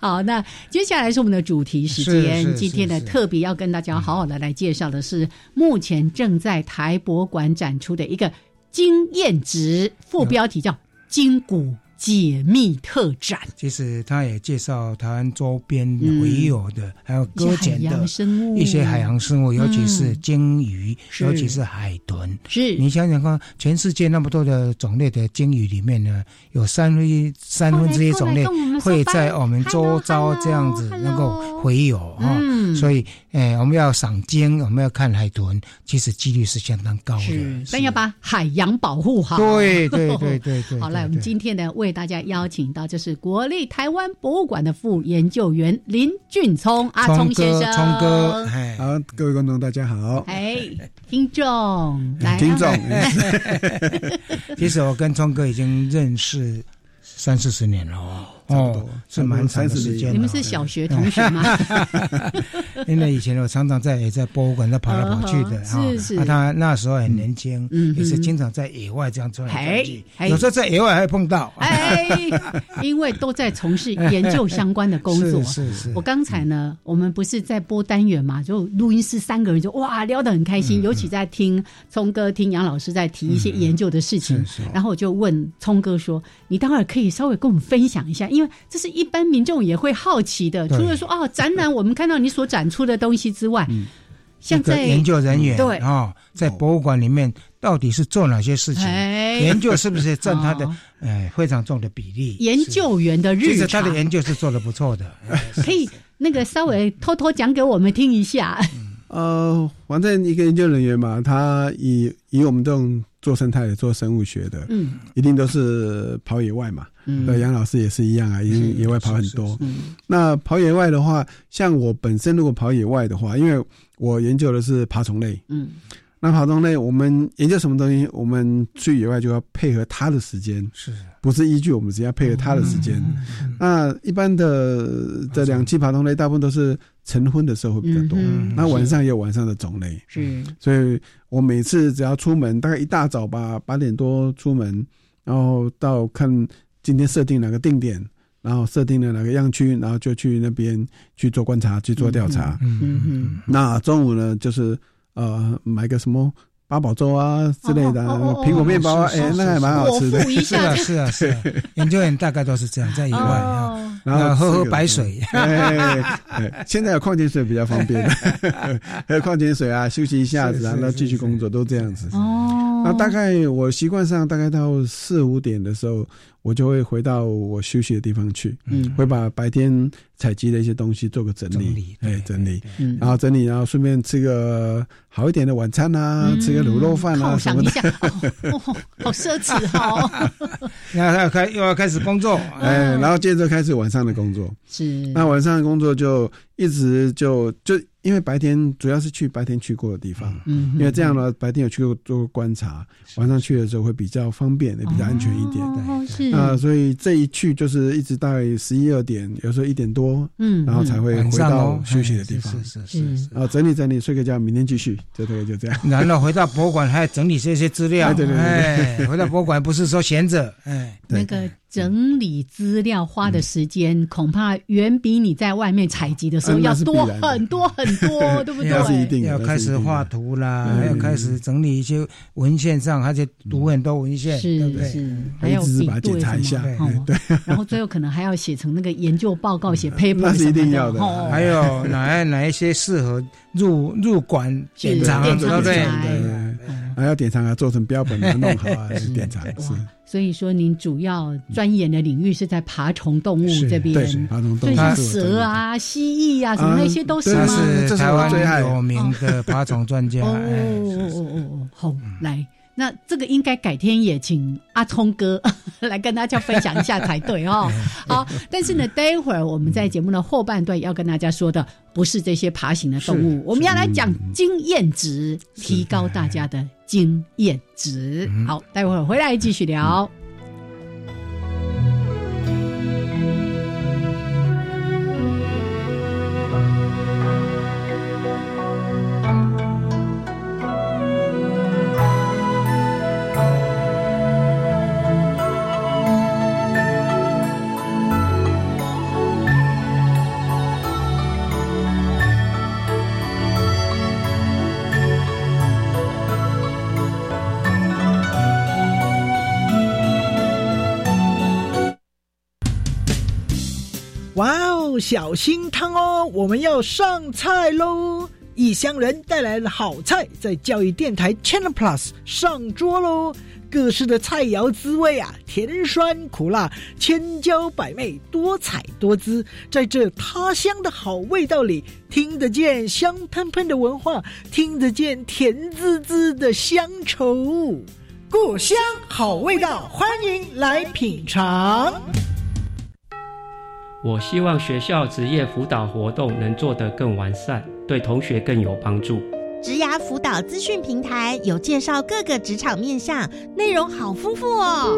[SPEAKER 2] 好，那接下来是我们的主题时间。
[SPEAKER 3] 是是是
[SPEAKER 2] 今天呢，
[SPEAKER 3] 是
[SPEAKER 2] 特别要跟大家好好的来介绍的是，目前正在台博馆展出的一个经验值，副标题叫“筋骨解密特展
[SPEAKER 3] 其实他也介绍台湾周边唯有的，还有”，
[SPEAKER 2] 一些
[SPEAKER 3] 搁
[SPEAKER 2] 海
[SPEAKER 3] 浅的
[SPEAKER 2] 洋生物，
[SPEAKER 3] 一些海洋生物，尤其是
[SPEAKER 2] 嗯
[SPEAKER 3] 鲸鱼，
[SPEAKER 2] 是
[SPEAKER 3] 尤其是海豚。
[SPEAKER 2] 是
[SPEAKER 3] 你想想看，全世界那么多的种类的鲸鱼里面呢，有三分一三分之一种类会在我们周遭这样子能够回游哈、
[SPEAKER 2] 嗯
[SPEAKER 3] 所以，哎、我们要赏鲸，我们要看海豚，其实几率哦是相当高
[SPEAKER 2] 是
[SPEAKER 3] 的。，
[SPEAKER 2] 但要把海洋保护好。
[SPEAKER 3] 对对对对对。
[SPEAKER 2] 好，
[SPEAKER 3] 对
[SPEAKER 2] 来，我们
[SPEAKER 3] 对
[SPEAKER 2] 今天呢，为大家邀请到就是国立台湾博物馆的副研究员林俊聪阿聪
[SPEAKER 3] 聪
[SPEAKER 2] 先
[SPEAKER 3] 哥，
[SPEAKER 2] 生，
[SPEAKER 3] 聪哥，，哎，
[SPEAKER 6] 好，各位观众大家好，
[SPEAKER 2] 哎，听
[SPEAKER 3] 嗯
[SPEAKER 2] 众，来，啊
[SPEAKER 6] 听众哎
[SPEAKER 2] 让我，
[SPEAKER 3] 其实我跟聪哥已经认识三四十年了哦，
[SPEAKER 6] 多
[SPEAKER 3] 哦，是蛮长的
[SPEAKER 6] 差不多
[SPEAKER 3] 时间了。
[SPEAKER 2] 你们是小学同学吗？
[SPEAKER 3] 因为以前我常常在也在博物馆那跑来跑去的
[SPEAKER 2] 嗯
[SPEAKER 3] 哈
[SPEAKER 2] 哼，是是
[SPEAKER 3] 啊他那时候很年轻
[SPEAKER 2] 嗯，
[SPEAKER 3] 也是经常在野外这样转来转去
[SPEAKER 2] 嘿，嘿
[SPEAKER 3] 有时候在野外还碰到。
[SPEAKER 2] 哎，因为都在从事研究相关的工作。
[SPEAKER 3] 是是是
[SPEAKER 2] 我，刚才呢，我们不是在播单元嘛，就录音室三个人就哇聊得很开
[SPEAKER 3] 嗯
[SPEAKER 2] 心，尤其在听聪哥、听杨老师在提一些研究的事情，
[SPEAKER 3] 嗯是是
[SPEAKER 2] 然后我就问聪哥说：“你待会儿可以稍微跟我们分享一下，因为这是一般民众也会好奇的。除
[SPEAKER 3] 对
[SPEAKER 2] 了说哦，展览我们看到你所展出的东西之外，像
[SPEAKER 3] 一嗯个
[SPEAKER 2] 在嗯
[SPEAKER 3] 研究人员
[SPEAKER 2] 对
[SPEAKER 3] 哦，在博物馆里面到底是做哪些事情？
[SPEAKER 2] 哎
[SPEAKER 3] 研究是不是占他的
[SPEAKER 2] 哦
[SPEAKER 3] 哎非常重的比例？
[SPEAKER 2] 研究员的
[SPEAKER 3] 是，其
[SPEAKER 2] 日
[SPEAKER 3] 实他
[SPEAKER 2] 常
[SPEAKER 3] 的，研究是做的不错的。哎
[SPEAKER 2] 可以那个稍微偷偷讲给我们听一下。
[SPEAKER 6] 呃，反正一个研究人员嘛，他以以我们这种做生态的、做生物学的，
[SPEAKER 2] 嗯
[SPEAKER 6] 一定都是跑野外嘛。
[SPEAKER 2] 嗯
[SPEAKER 6] 对，杨老师也是一样啊，因为野外跑很
[SPEAKER 3] 是
[SPEAKER 6] 多。
[SPEAKER 2] 嗯
[SPEAKER 6] 那跑野外的话，像我本身如果跑野外的话，因为我研究的是爬虫类，
[SPEAKER 2] 嗯，
[SPEAKER 6] 那爬虫类我们研究什么东西，我们去野外就要配合它的时间，
[SPEAKER 3] 是
[SPEAKER 6] 不是依据我们只要配合它的时间。
[SPEAKER 3] 嗯
[SPEAKER 6] 那一般的的两栖爬虫类，大部分都是晨昏的时候会比较多，
[SPEAKER 2] 啊嗯哼
[SPEAKER 6] 那晚上也有晚上的种类，
[SPEAKER 2] 是
[SPEAKER 6] 所以我每次只要出门，大概一大早吧，八点多出门，然后到看今天设定哪个定点，然后设定了哪个样区，然后就去那边去做观察、去做调查。
[SPEAKER 2] 嗯
[SPEAKER 3] 嗯
[SPEAKER 2] 哼
[SPEAKER 6] 那中午呢，就是呃买个什么八宝粥啊之类的，
[SPEAKER 2] 哦哦哦哦
[SPEAKER 6] 苹果面包啊，
[SPEAKER 3] 是
[SPEAKER 6] 哎、
[SPEAKER 3] 是
[SPEAKER 6] 那还蛮好
[SPEAKER 2] 我
[SPEAKER 6] 吃的。
[SPEAKER 2] 复一
[SPEAKER 3] 是
[SPEAKER 2] 下
[SPEAKER 3] 啊，是啊，是啊，研究员大概都是这样，在野外啊，
[SPEAKER 2] 哦。
[SPEAKER 6] 然后
[SPEAKER 3] 那喝
[SPEAKER 6] 吃
[SPEAKER 3] 喝
[SPEAKER 6] 个
[SPEAKER 3] 白水，
[SPEAKER 6] 哎，哎现在有矿泉水比较 方便，喝矿泉水啊，休息一下子啊，
[SPEAKER 3] 是是
[SPEAKER 6] 然后继
[SPEAKER 3] 是
[SPEAKER 6] 续
[SPEAKER 3] 是
[SPEAKER 6] 工作，都这样子。
[SPEAKER 2] 哦，
[SPEAKER 6] 那大概我习惯上大概到四五点的时候，我就会回到我休息的地方去，
[SPEAKER 2] 嗯
[SPEAKER 6] 会把白天采集的一些东西做个整
[SPEAKER 3] 整
[SPEAKER 6] 理
[SPEAKER 3] 理，对
[SPEAKER 6] 哎，整理，
[SPEAKER 2] 嗯
[SPEAKER 6] 然后整理，然后顺便吃个好一点的晚餐啊，
[SPEAKER 3] 嗯
[SPEAKER 6] 吃个卤肉饭啊
[SPEAKER 2] 犒
[SPEAKER 6] 什
[SPEAKER 2] 赏
[SPEAKER 6] 么
[SPEAKER 2] 一
[SPEAKER 6] 的。
[SPEAKER 2] 下，哦，哦好奢侈 哦，
[SPEAKER 3] 然后要开又要开始工作，
[SPEAKER 6] 哎，然后接着开始晚上的工作。
[SPEAKER 3] 嗯
[SPEAKER 2] 是
[SPEAKER 6] 那晚上的工作就一直就就因为白天主要是去白天去过的地方，
[SPEAKER 2] 嗯哼
[SPEAKER 6] 因为这样呢，白天有去过做过观察，晚上去的时候会比较方便，也比较安全一点。
[SPEAKER 2] 哦是
[SPEAKER 6] 那所以这一去就是一直到十一二点，有时候一点多，
[SPEAKER 2] 嗯，
[SPEAKER 6] 然后才会
[SPEAKER 3] 晚
[SPEAKER 6] 回
[SPEAKER 3] 上哦
[SPEAKER 6] 到，休息的地方
[SPEAKER 3] 哎，是是是是。
[SPEAKER 6] 然后整理整理，睡个觉，明天继续，就大概就这样。
[SPEAKER 2] 嗯
[SPEAKER 3] 然后回到博物馆还要整理这些资料，
[SPEAKER 6] 哎对对对
[SPEAKER 3] 哎，回到博物馆不是说闲着，哎，
[SPEAKER 2] 那个整理资料花的时间，恐怕远比你在外面采集的时候
[SPEAKER 6] 嗯
[SPEAKER 2] 要
[SPEAKER 6] 那是必
[SPEAKER 2] 多
[SPEAKER 6] 然的
[SPEAKER 2] 很多很 多，对不对？
[SPEAKER 6] 那是一定的
[SPEAKER 3] 要开始画图啦，还要开始整理一些文献上，而且读很多文献，对
[SPEAKER 2] 是
[SPEAKER 3] 不对？
[SPEAKER 2] 是，还要
[SPEAKER 6] 一直
[SPEAKER 2] 比
[SPEAKER 6] 把它
[SPEAKER 2] 对
[SPEAKER 6] 检查一
[SPEAKER 2] 什么
[SPEAKER 6] 下
[SPEAKER 2] 哦，然后最后可能还要写成那个研究报告，写 paper，
[SPEAKER 6] 嗯那是一定
[SPEAKER 2] 什么
[SPEAKER 6] 要的
[SPEAKER 2] 哦
[SPEAKER 3] 还有哪哪一些适合入入馆
[SPEAKER 2] 是
[SPEAKER 3] 典藏，对
[SPEAKER 2] 典
[SPEAKER 3] 不
[SPEAKER 2] 藏
[SPEAKER 3] 对？
[SPEAKER 2] 起来
[SPEAKER 3] 对
[SPEAKER 6] 对，还要典藏啊，做成标本啊，弄好 啊，典藏是，
[SPEAKER 2] 嗯
[SPEAKER 6] 嗯
[SPEAKER 2] 哇，所以说您主要钻研的领域是在爬虫动物
[SPEAKER 3] 是
[SPEAKER 2] 这边，
[SPEAKER 6] 对，爬虫动
[SPEAKER 2] 对，
[SPEAKER 6] 物
[SPEAKER 2] 像蛇，啊、蜥蜴啊，什么
[SPEAKER 6] 啊
[SPEAKER 2] 那些都是
[SPEAKER 6] 对
[SPEAKER 2] 吗？
[SPEAKER 3] 他是
[SPEAKER 6] 这是
[SPEAKER 3] 台
[SPEAKER 6] 我最
[SPEAKER 3] 湾
[SPEAKER 6] 爱
[SPEAKER 3] 有名的爬虫专家。
[SPEAKER 2] 哦
[SPEAKER 3] 哎
[SPEAKER 2] 哦哦哦，好，来，那这个应该改天也请阿聪哥 来跟大家分享一下才对哦。好，但是呢，待会儿我们在节目的后半段要跟大家说的不是这些爬行的动物，我们要来讲经验值，提高大家的经验值。好，待会儿回来继续聊。
[SPEAKER 7] 哇哦，小心烫哦，我们要上菜喽！异乡人带来了好菜，在教育电台 Channel Plus 上桌喽！各式的菜肴滋味啊，甜酸苦辣，千娇百媚，多彩多姿。在这他乡的好味道里，听得见香喷喷的文化，听得见甜滋滋的乡愁。故乡好味道，欢迎来品尝。
[SPEAKER 8] 我希望学校职业辅导活动能做得更完善，对同学更有帮助。
[SPEAKER 9] 职涯辅导资讯平台有介绍各个职场面向，内容好丰富哦。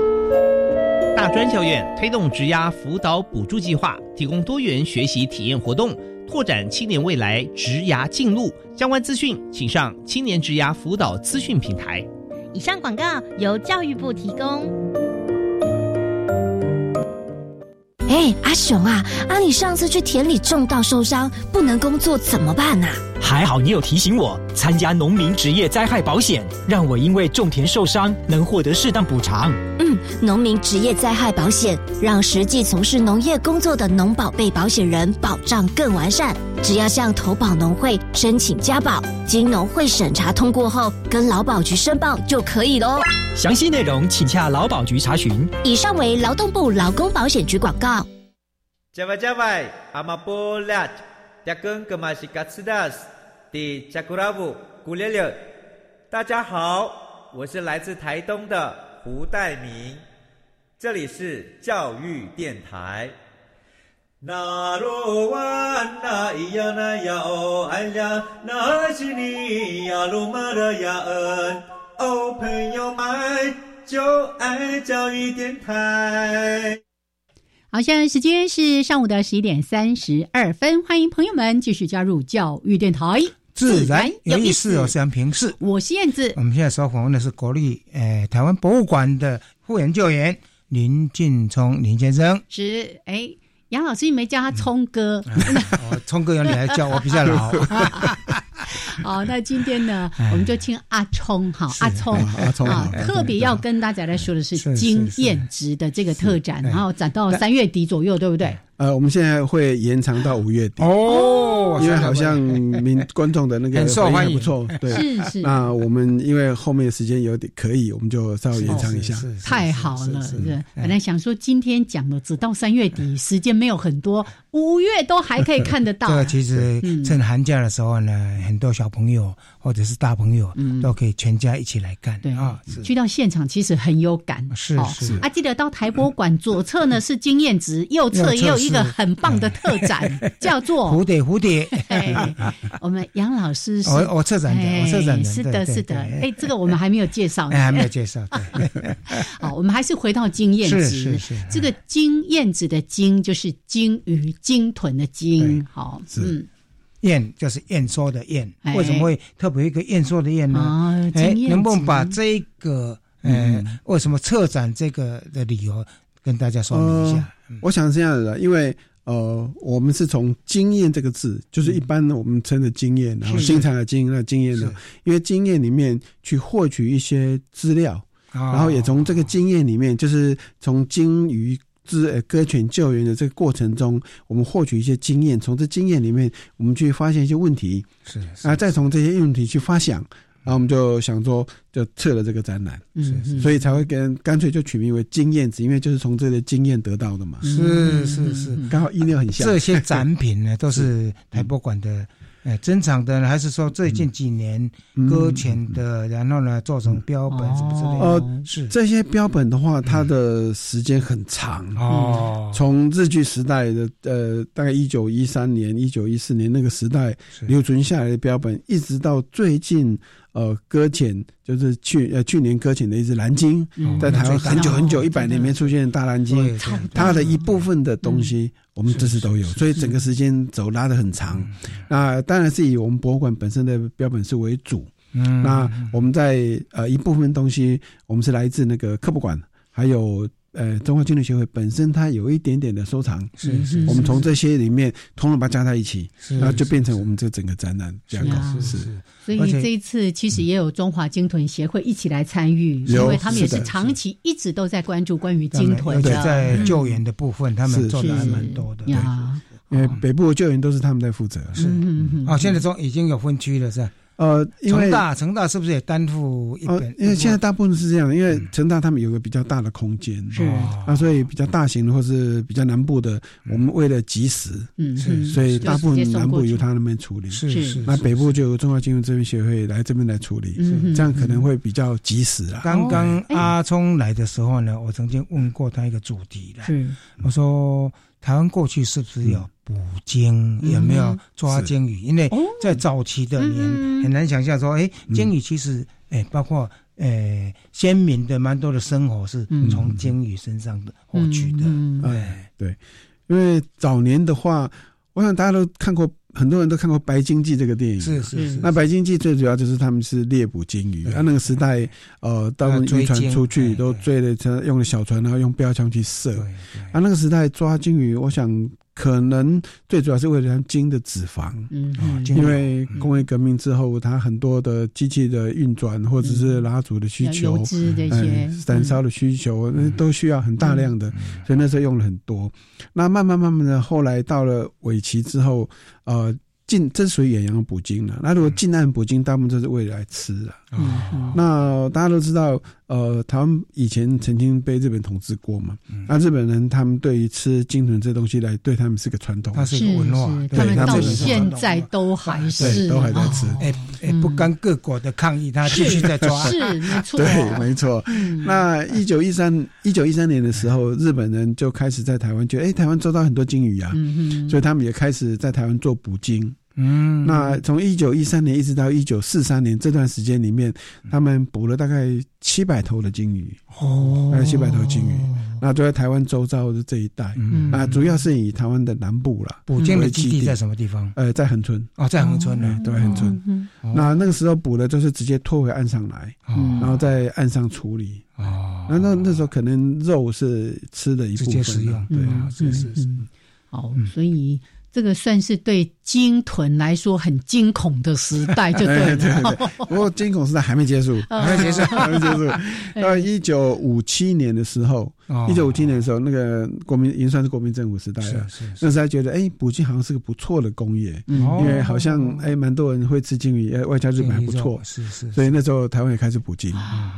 [SPEAKER 10] 大专校院推动职涯辅导补助计划，提供多元学习体验活动，拓展青年未来职涯进路。相关资讯，请上青年职涯辅导资讯平台。
[SPEAKER 9] 以上广告由教育部提供。
[SPEAKER 11] 哎，阿雄啊，阿、啊、你上次去田里种稻受伤，不能工作怎么办呐、啊？
[SPEAKER 12] 还好你有提醒我参加农民职业灾害保险，让我因为种田受伤能获得适当补偿。
[SPEAKER 11] 嗯，农民职业灾害保险让实际从事农业工作的农保被保险人保障更完善。只要向投保农会申请加保，经农会审查通过后，跟劳保局申报就可以喽。
[SPEAKER 12] 详细内容请洽劳保局查询。
[SPEAKER 11] 以上为劳动部劳工保险局广告。
[SPEAKER 13] Java Java, Amapolat, Dakun Kamashikatsudas, Di Chakuravu, Gulele。大家好，我是来自台东的胡代明，这里是教育电台。那罗哇那咿呀那呀哦哎呀，那是你呀鲁玛的呀恩，哦朋友们就爱教育电台。
[SPEAKER 2] 好，现在时间是上午的十一点三十二分，欢迎朋友们继续加入教育电台，
[SPEAKER 3] 自然有意思哦，嗯三平视，
[SPEAKER 2] 我是燕子。
[SPEAKER 3] 我们现在所访问的是国立呃台湾博物馆的副研究员林进聪林先生。
[SPEAKER 2] 是，哎，杨老师你没叫他聪哥，
[SPEAKER 3] 哦，聪哥有你来叫我比较老。嗯
[SPEAKER 2] 好，哦那今天呢，
[SPEAKER 3] 哎
[SPEAKER 2] 我们就听阿聪哈，阿聪啊，特别要跟大家来说的是经验值的这个特展，然后展
[SPEAKER 3] 哎
[SPEAKER 2] 到三月底左右，对不对？
[SPEAKER 6] 呃，我们现在会延长到五月底
[SPEAKER 3] 哦，
[SPEAKER 6] 因为好像民观众的那个
[SPEAKER 3] 很受欢迎，
[SPEAKER 6] 不错，对，
[SPEAKER 3] 哎
[SPEAKER 2] 是是。
[SPEAKER 3] 啊
[SPEAKER 6] 那我们因为后面时间有点可以，我们就稍微延长一下。
[SPEAKER 3] 哦
[SPEAKER 2] 太好了，
[SPEAKER 3] 哎
[SPEAKER 2] 本来想说今天讲的只到三月底，时间没有很多，五月都还可以看 得到。
[SPEAKER 3] 这个其实
[SPEAKER 2] 嗯
[SPEAKER 3] 趁寒假的时候呢，很多小朋友或者是大朋友都可以全家一起来看。
[SPEAKER 2] 嗯对啊，去到现场其实很有感。
[SPEAKER 3] 是是
[SPEAKER 2] 啊，记得到台博馆左侧呢是经验 值，右侧也有一。一个很棒的特展， 叫做哎
[SPEAKER 3] 蝴蝶蝴 蝶。
[SPEAKER 2] 我们杨老师 是，
[SPEAKER 3] 我我策哦展的，我策展的，
[SPEAKER 2] 哎是的，是的。哎，这个我们还没有介绍，
[SPEAKER 3] 哎还没有介 绍。
[SPEAKER 2] 好，我们还是回到经验值。
[SPEAKER 3] 是是是，
[SPEAKER 2] 这个经验值的“经”就是鲸鱼、鲸豚的“哦鲸”。好，
[SPEAKER 3] 嗯，燕就是燕说的燕，
[SPEAKER 2] 哎
[SPEAKER 3] 为什么会特别一个燕说的燕
[SPEAKER 2] 哦啊
[SPEAKER 3] 呢？哎，能不能把
[SPEAKER 2] 嗯
[SPEAKER 3] 这个呃，
[SPEAKER 6] 嗯
[SPEAKER 3] 为什么策展这个的理由跟大家说明一下？
[SPEAKER 6] 我想这样的，因为呃，我们是从“经验”这个字，就是一般我们称的经验，然后经常的经，那经验呢，因为经验里面去获取一些资料，
[SPEAKER 3] 哦啊
[SPEAKER 6] 然后也从这个经验里面，就是从鲸鱼之搁浅救援的这个过程中，我们获取一些经验，从这经验里面，我们去发现一些问题，
[SPEAKER 3] 是
[SPEAKER 6] 啊，再从这些问题去发想。然后我们就想说，就撤了这个展览，
[SPEAKER 2] 嗯，
[SPEAKER 6] 所以才会跟干脆就取名为“经验值”，因为就是从这个经验得到的嘛。
[SPEAKER 2] 嗯
[SPEAKER 3] 是是是，
[SPEAKER 6] 刚好意料很
[SPEAKER 3] 嗯
[SPEAKER 6] 像。
[SPEAKER 3] 这些展品呢，都是台博馆的，呃，珍藏的，还是说最近几年
[SPEAKER 6] 嗯
[SPEAKER 3] 搁浅的，然后呢做成标本什么之类的？
[SPEAKER 2] 哦
[SPEAKER 6] 呃，
[SPEAKER 3] 是嗯
[SPEAKER 6] 这些标本的话，它的时间很长
[SPEAKER 3] 哦，
[SPEAKER 6] 嗯从日据时代的呃，大概一九一三年、一九一四年那个时代留存下来的标本，一直到最近。呃，搁浅就是去呃去年搁浅的一只蓝鲸，
[SPEAKER 2] 嗯
[SPEAKER 3] 嗯
[SPEAKER 6] 在台湾很久很久一百年没出现的大蓝鲸，它的一部分的东西
[SPEAKER 3] 嗯
[SPEAKER 6] 我们这次都有，所以整个时间轴拉得很长。
[SPEAKER 3] 嗯
[SPEAKER 6] 那当然是以我们博物馆本身的标本是为主，
[SPEAKER 3] 嗯
[SPEAKER 6] 那我们在呃一部分东西我们是来自那个科博馆，还有呃，中华青年协会本身它有一点点的收藏，
[SPEAKER 3] 是是是
[SPEAKER 6] 嗯我们从这些里面通通把它加在一起，
[SPEAKER 3] 是
[SPEAKER 6] 然后就变成我们这整个展览架构
[SPEAKER 2] 是
[SPEAKER 6] 是。
[SPEAKER 2] 所以
[SPEAKER 6] 而且
[SPEAKER 2] 这一次其实也有中华鲸豚协会一起来参与，
[SPEAKER 6] 嗯有
[SPEAKER 2] 因为他们也
[SPEAKER 6] 是
[SPEAKER 2] 是
[SPEAKER 6] 的
[SPEAKER 2] 长期一直都在关注关于
[SPEAKER 6] 当
[SPEAKER 2] 鲸
[SPEAKER 6] 然
[SPEAKER 2] 豚
[SPEAKER 6] 而
[SPEAKER 2] 的
[SPEAKER 6] 且在
[SPEAKER 2] 嗯
[SPEAKER 6] 救
[SPEAKER 3] 援的部分他
[SPEAKER 6] 是
[SPEAKER 3] 们做的
[SPEAKER 6] 是
[SPEAKER 3] 还
[SPEAKER 6] 是
[SPEAKER 3] 蛮多的。
[SPEAKER 2] 呀，嗯
[SPEAKER 6] 因
[SPEAKER 3] 哦
[SPEAKER 6] 为北部的救援都是嗯啊他们在负责，
[SPEAKER 3] 是哦，现在中已经有分区了，是吧？
[SPEAKER 6] 呃，因为
[SPEAKER 3] 成大成大是不是也担负一
[SPEAKER 6] 哦
[SPEAKER 3] 本？，嗯
[SPEAKER 6] 因为现在大部分是这样的，因为成大他们有个比较大的空间，
[SPEAKER 3] 是
[SPEAKER 6] 哦啊，所以比较大型的或是比较南部的，我们为了及时，
[SPEAKER 2] 嗯
[SPEAKER 3] 嗯是
[SPEAKER 6] 所以
[SPEAKER 3] 就
[SPEAKER 6] 大部
[SPEAKER 3] 直接
[SPEAKER 6] 分
[SPEAKER 3] 送
[SPEAKER 6] 南
[SPEAKER 3] 过
[SPEAKER 6] 部
[SPEAKER 3] 去
[SPEAKER 6] 由他们处理，
[SPEAKER 3] 是是
[SPEAKER 6] 那
[SPEAKER 3] 是
[SPEAKER 6] 北部就由中华金融这边协会来这边来处理
[SPEAKER 3] 是，
[SPEAKER 6] 这样可能会比较及时啊。
[SPEAKER 3] 刚刚阿聪来的时候呢，我曾经问过他一个主题的，
[SPEAKER 2] 是
[SPEAKER 3] 我说台湾过去是不是有捕鲸，
[SPEAKER 6] 嗯
[SPEAKER 3] 有没有
[SPEAKER 6] 嗯
[SPEAKER 3] 抓鲸鱼？因
[SPEAKER 2] 嗯
[SPEAKER 6] 哎
[SPEAKER 2] 哦
[SPEAKER 3] 为在早期的年很难想象说，哎，鲸鱼其实，哎，包括哎先民的蛮多的生活是从鲸鱼身上的获取的，
[SPEAKER 2] 嗯
[SPEAKER 6] 啊
[SPEAKER 3] 哎，
[SPEAKER 6] 对，因为早年的话，我想大家都看过，很多人都看过《白鲸记》这个电影啊。
[SPEAKER 3] 是是是嗯
[SPEAKER 6] 那《白鲸记》最主要就是他们是猎捕鲸鱼，啊，那个时代，呃，大部分渔船出去都追了，他用了小船，然后用标枪去射。啊，
[SPEAKER 3] 哎
[SPEAKER 6] 那个时代抓鲸鱼，我想可能最主要是为了它鲸的脂肪。
[SPEAKER 2] 嗯
[SPEAKER 3] 嗯
[SPEAKER 6] 因为工业革命之后，它很多的机器的运转或者是拉组的需
[SPEAKER 2] 要
[SPEAKER 6] 求
[SPEAKER 2] 油脂这，些
[SPEAKER 6] 嗯燃烧的需求，那都需要很大量的，所以那时候用了很多。那慢慢慢慢的，后来到了尾期之后，呃，近这属于远洋捕鲸了。那如果近岸捕鲸，大部分都是为了来吃的。
[SPEAKER 2] 嗯
[SPEAKER 6] 啊那大家都知道，呃，台湾以前曾经被日本统治过嘛。那日本人他们对于吃鲸豚这东西来，对他们是个传统，
[SPEAKER 3] 它是一个文化，
[SPEAKER 6] 对
[SPEAKER 3] 对
[SPEAKER 6] 他
[SPEAKER 2] 到
[SPEAKER 6] 们是
[SPEAKER 2] 现在都还是
[SPEAKER 6] 对都还在吃
[SPEAKER 2] 哦
[SPEAKER 3] 哎哎，不甘各国的抗议，他继续在抓，
[SPEAKER 2] 是没错，嗯
[SPEAKER 6] 对，没错。 那一九一三一九一三年的时候，日本人就开始在台湾觉得，哎、台湾抓到很多鲸鱼啊，
[SPEAKER 2] 嗯
[SPEAKER 6] 所以他们也开始在台湾做捕鲸。
[SPEAKER 3] 嗯，
[SPEAKER 6] 那从一九一三年一直到一九四三年这段时间里面，
[SPEAKER 3] 嗯
[SPEAKER 6] 他们捕了大概七百头的鲸鱼，
[SPEAKER 3] 哦
[SPEAKER 6] 大概七百头鲸鱼，那就在台湾周遭的这一带，
[SPEAKER 3] 嗯
[SPEAKER 6] 那主要是以台湾的南部啦，
[SPEAKER 3] 捕鲸的
[SPEAKER 6] 为
[SPEAKER 3] 基地在什么地方？
[SPEAKER 6] 呃，在恒春
[SPEAKER 3] 哦，在恒春呢，
[SPEAKER 6] 对，恒春。
[SPEAKER 3] 嗯
[SPEAKER 6] 那那个时候捕的就是直接拖回岸上来，
[SPEAKER 3] 嗯
[SPEAKER 6] 啊然后在岸上处理。
[SPEAKER 3] 哦，
[SPEAKER 6] 那那那时候可能肉是吃的一部分
[SPEAKER 3] 直接
[SPEAKER 6] 啊，
[SPEAKER 3] 食用
[SPEAKER 6] 对
[SPEAKER 2] 嗯
[SPEAKER 6] 啊，是是嗯是。
[SPEAKER 2] 好，所以这个算是对鲸豚来说很惊恐的时代， 就对
[SPEAKER 6] 对对
[SPEAKER 2] 了。
[SPEAKER 6] 对，不过惊恐时代还没结束，
[SPEAKER 2] 哦
[SPEAKER 6] 还没 结束，还没结束。
[SPEAKER 2] 哎
[SPEAKER 6] 到一九五七年的时候
[SPEAKER 3] 哦，
[SPEAKER 6] 一九五七年的时候，那个国民已经算是国民政府时代了
[SPEAKER 3] 是是。嗯
[SPEAKER 6] 那时候还觉得，哎，捕鲸好像是个不错的工业，因
[SPEAKER 3] 哦
[SPEAKER 6] 为好像哎，蛮多人会吃鲸鱼，哎外加日本还不错，
[SPEAKER 3] 是是，啊
[SPEAKER 6] 所以那时候台湾也开始捕鲸。
[SPEAKER 2] 啊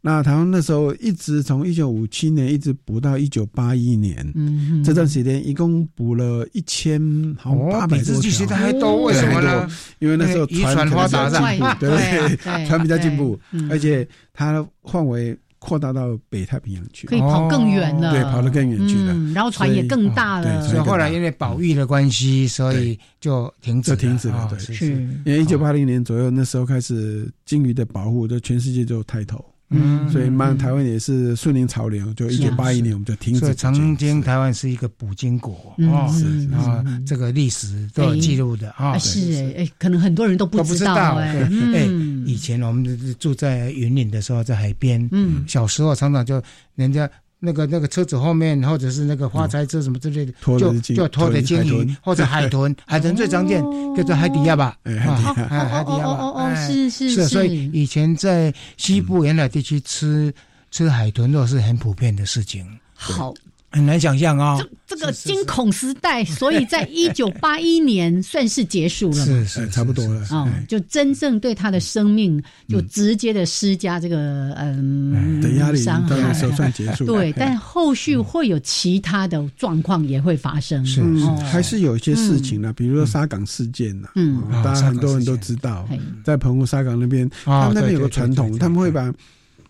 [SPEAKER 6] 那台湾那时候一直从一九五七年一直捕到一九八一年，
[SPEAKER 2] 嗯
[SPEAKER 6] 这段时间一共捕了一千好像
[SPEAKER 3] 哦
[SPEAKER 6] 八百
[SPEAKER 3] 比
[SPEAKER 6] 多
[SPEAKER 3] 自己
[SPEAKER 6] 条
[SPEAKER 3] 现在还哎多，为什么
[SPEAKER 6] 对还
[SPEAKER 3] 呢
[SPEAKER 6] 多？因为那时候
[SPEAKER 3] 渔船
[SPEAKER 6] 可
[SPEAKER 3] 发
[SPEAKER 6] 能
[SPEAKER 3] 达
[SPEAKER 6] 比较进
[SPEAKER 3] 上
[SPEAKER 6] 步，
[SPEAKER 2] 嗯
[SPEAKER 6] 对
[SPEAKER 2] 啊
[SPEAKER 3] 对
[SPEAKER 6] 对
[SPEAKER 3] 对
[SPEAKER 6] 对，船比较进步
[SPEAKER 3] 对嗯，
[SPEAKER 6] 而且它范围扩大到北太平洋去，
[SPEAKER 2] 可以跑更远了
[SPEAKER 6] 哦对，跑得更远去了，
[SPEAKER 2] 嗯然后船也更大了
[SPEAKER 6] 所以哦
[SPEAKER 3] 所以
[SPEAKER 6] 对
[SPEAKER 3] 后来因为保育的关系，所以就停止
[SPEAKER 6] 就停止了，
[SPEAKER 3] 哦
[SPEAKER 6] 对，
[SPEAKER 3] 是
[SPEAKER 6] 因为一九八零年左右那时候开始鲸鱼的保护，就全世界就抬头，
[SPEAKER 3] 嗯
[SPEAKER 6] 所以慢慢台湾也是顺应潮流，
[SPEAKER 2] 啊
[SPEAKER 6] 就一九八一年我们就停止
[SPEAKER 3] 所
[SPEAKER 6] 捕
[SPEAKER 3] 以
[SPEAKER 6] 鲸。
[SPEAKER 3] 曾经台湾是一个捕鲸国
[SPEAKER 2] 嗯
[SPEAKER 3] 哦
[SPEAKER 2] 是是，
[SPEAKER 3] 啊，
[SPEAKER 6] 嗯
[SPEAKER 3] 这个历史都有记录的啊
[SPEAKER 2] 哎。是哎哎，可能很多人都不
[SPEAKER 3] 都不知
[SPEAKER 2] 道
[SPEAKER 3] 道
[SPEAKER 2] 哎
[SPEAKER 3] 对，哎
[SPEAKER 2] 嗯，
[SPEAKER 3] 以前我们住在云岭的时候，在海边，
[SPEAKER 2] 嗯
[SPEAKER 3] 小时候常常就人家那个那个车子后面，或者是那个花柴车什么之类的，
[SPEAKER 6] 嗯拖着
[SPEAKER 3] 就
[SPEAKER 6] 鲸
[SPEAKER 3] 就拖着鲸
[SPEAKER 6] 海
[SPEAKER 3] 鱼
[SPEAKER 6] 豚哦
[SPEAKER 3] 或者海 豚，海豚最常见叫做海底亚吧，
[SPEAKER 6] 哎海底
[SPEAKER 3] 啊
[SPEAKER 6] 亚
[SPEAKER 3] 哎海底亚吧，
[SPEAKER 2] 哦哦哦
[SPEAKER 3] 哎
[SPEAKER 2] 是是
[SPEAKER 3] 是，
[SPEAKER 2] 是
[SPEAKER 3] 所以以前在西部沿海地区吃吃海豚肉是很普遍的事情，
[SPEAKER 6] 哦
[SPEAKER 2] 好，
[SPEAKER 3] 很难想象啊，
[SPEAKER 2] 这个惊恐时代，所以在一九八一年算是结束了嘛。
[SPEAKER 3] 是是
[SPEAKER 6] 哎差不多了，
[SPEAKER 2] 哦，就真正对他的生命就直接的施加这个嗯
[SPEAKER 6] 的嗯哎压力
[SPEAKER 2] 伤害
[SPEAKER 6] 到那时候算结束了
[SPEAKER 2] 对
[SPEAKER 6] 哎，
[SPEAKER 2] 但后续会有其他的状况也会发生，
[SPEAKER 6] 是是
[SPEAKER 2] 哦
[SPEAKER 6] 嗯还是有一些事情呢，比如说沙港事件呐，
[SPEAKER 2] 嗯
[SPEAKER 6] 哦大家很多人都知道，在澎湖沙港那边，
[SPEAKER 3] 哦
[SPEAKER 6] 他们那边有个
[SPEAKER 3] 对对对
[SPEAKER 6] 传统，他们会把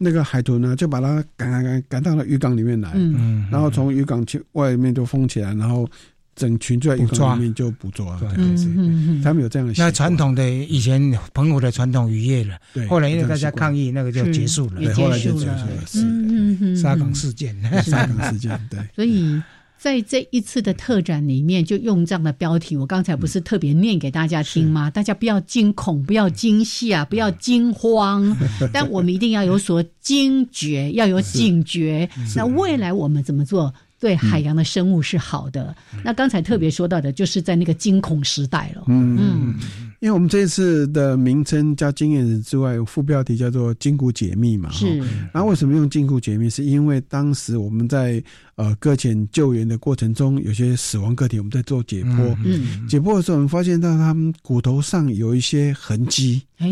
[SPEAKER 6] 那个海豚呢，啊就把它赶赶赶赶到了渔港里面来，
[SPEAKER 2] 嗯
[SPEAKER 6] 然后从渔港去外面就封起来，然后整群就在渔
[SPEAKER 3] 捕抓
[SPEAKER 6] 港里面就捕捉，啊对
[SPEAKER 3] 嗯
[SPEAKER 6] 对
[SPEAKER 2] 嗯
[SPEAKER 6] 他们有这样的习
[SPEAKER 3] 那
[SPEAKER 6] 惯，
[SPEAKER 3] 传统的以前澎湖的传统渔业了，
[SPEAKER 6] 对
[SPEAKER 3] 后来因为大
[SPEAKER 6] 哎这
[SPEAKER 3] 家
[SPEAKER 6] 样习惯嗯
[SPEAKER 3] 抗议，那个就结
[SPEAKER 6] 哎
[SPEAKER 3] 束了，
[SPEAKER 6] 对，后来就结束了，是哎
[SPEAKER 2] 嗯嗯嗯，
[SPEAKER 3] 沙港事件，
[SPEAKER 6] 沙港事件，对。
[SPEAKER 2] 所以在这一次的特展里面，就用这样的标题，我刚才不是特别念给大家听吗？大家不要惊恐，不要惊吓，不要惊慌，但我们一定要有所惊觉，要有警觉。那未来我们怎么做？对海洋的生物是好的。那刚才特别说到的，就是在那个惊恐时代了。
[SPEAKER 6] 嗯，因为我们这次的名称叫“经验人”之外，副标题叫做“筋骨解密”嘛。
[SPEAKER 2] 是
[SPEAKER 6] 哈。然后为什么用筋骨解密？是因为当时我们在呃搁浅救援的过程中，有些死亡个体我们在做解剖。
[SPEAKER 2] 嗯
[SPEAKER 6] 解剖的时候，我们发现到他们骨头上有一些痕迹。
[SPEAKER 2] 哎，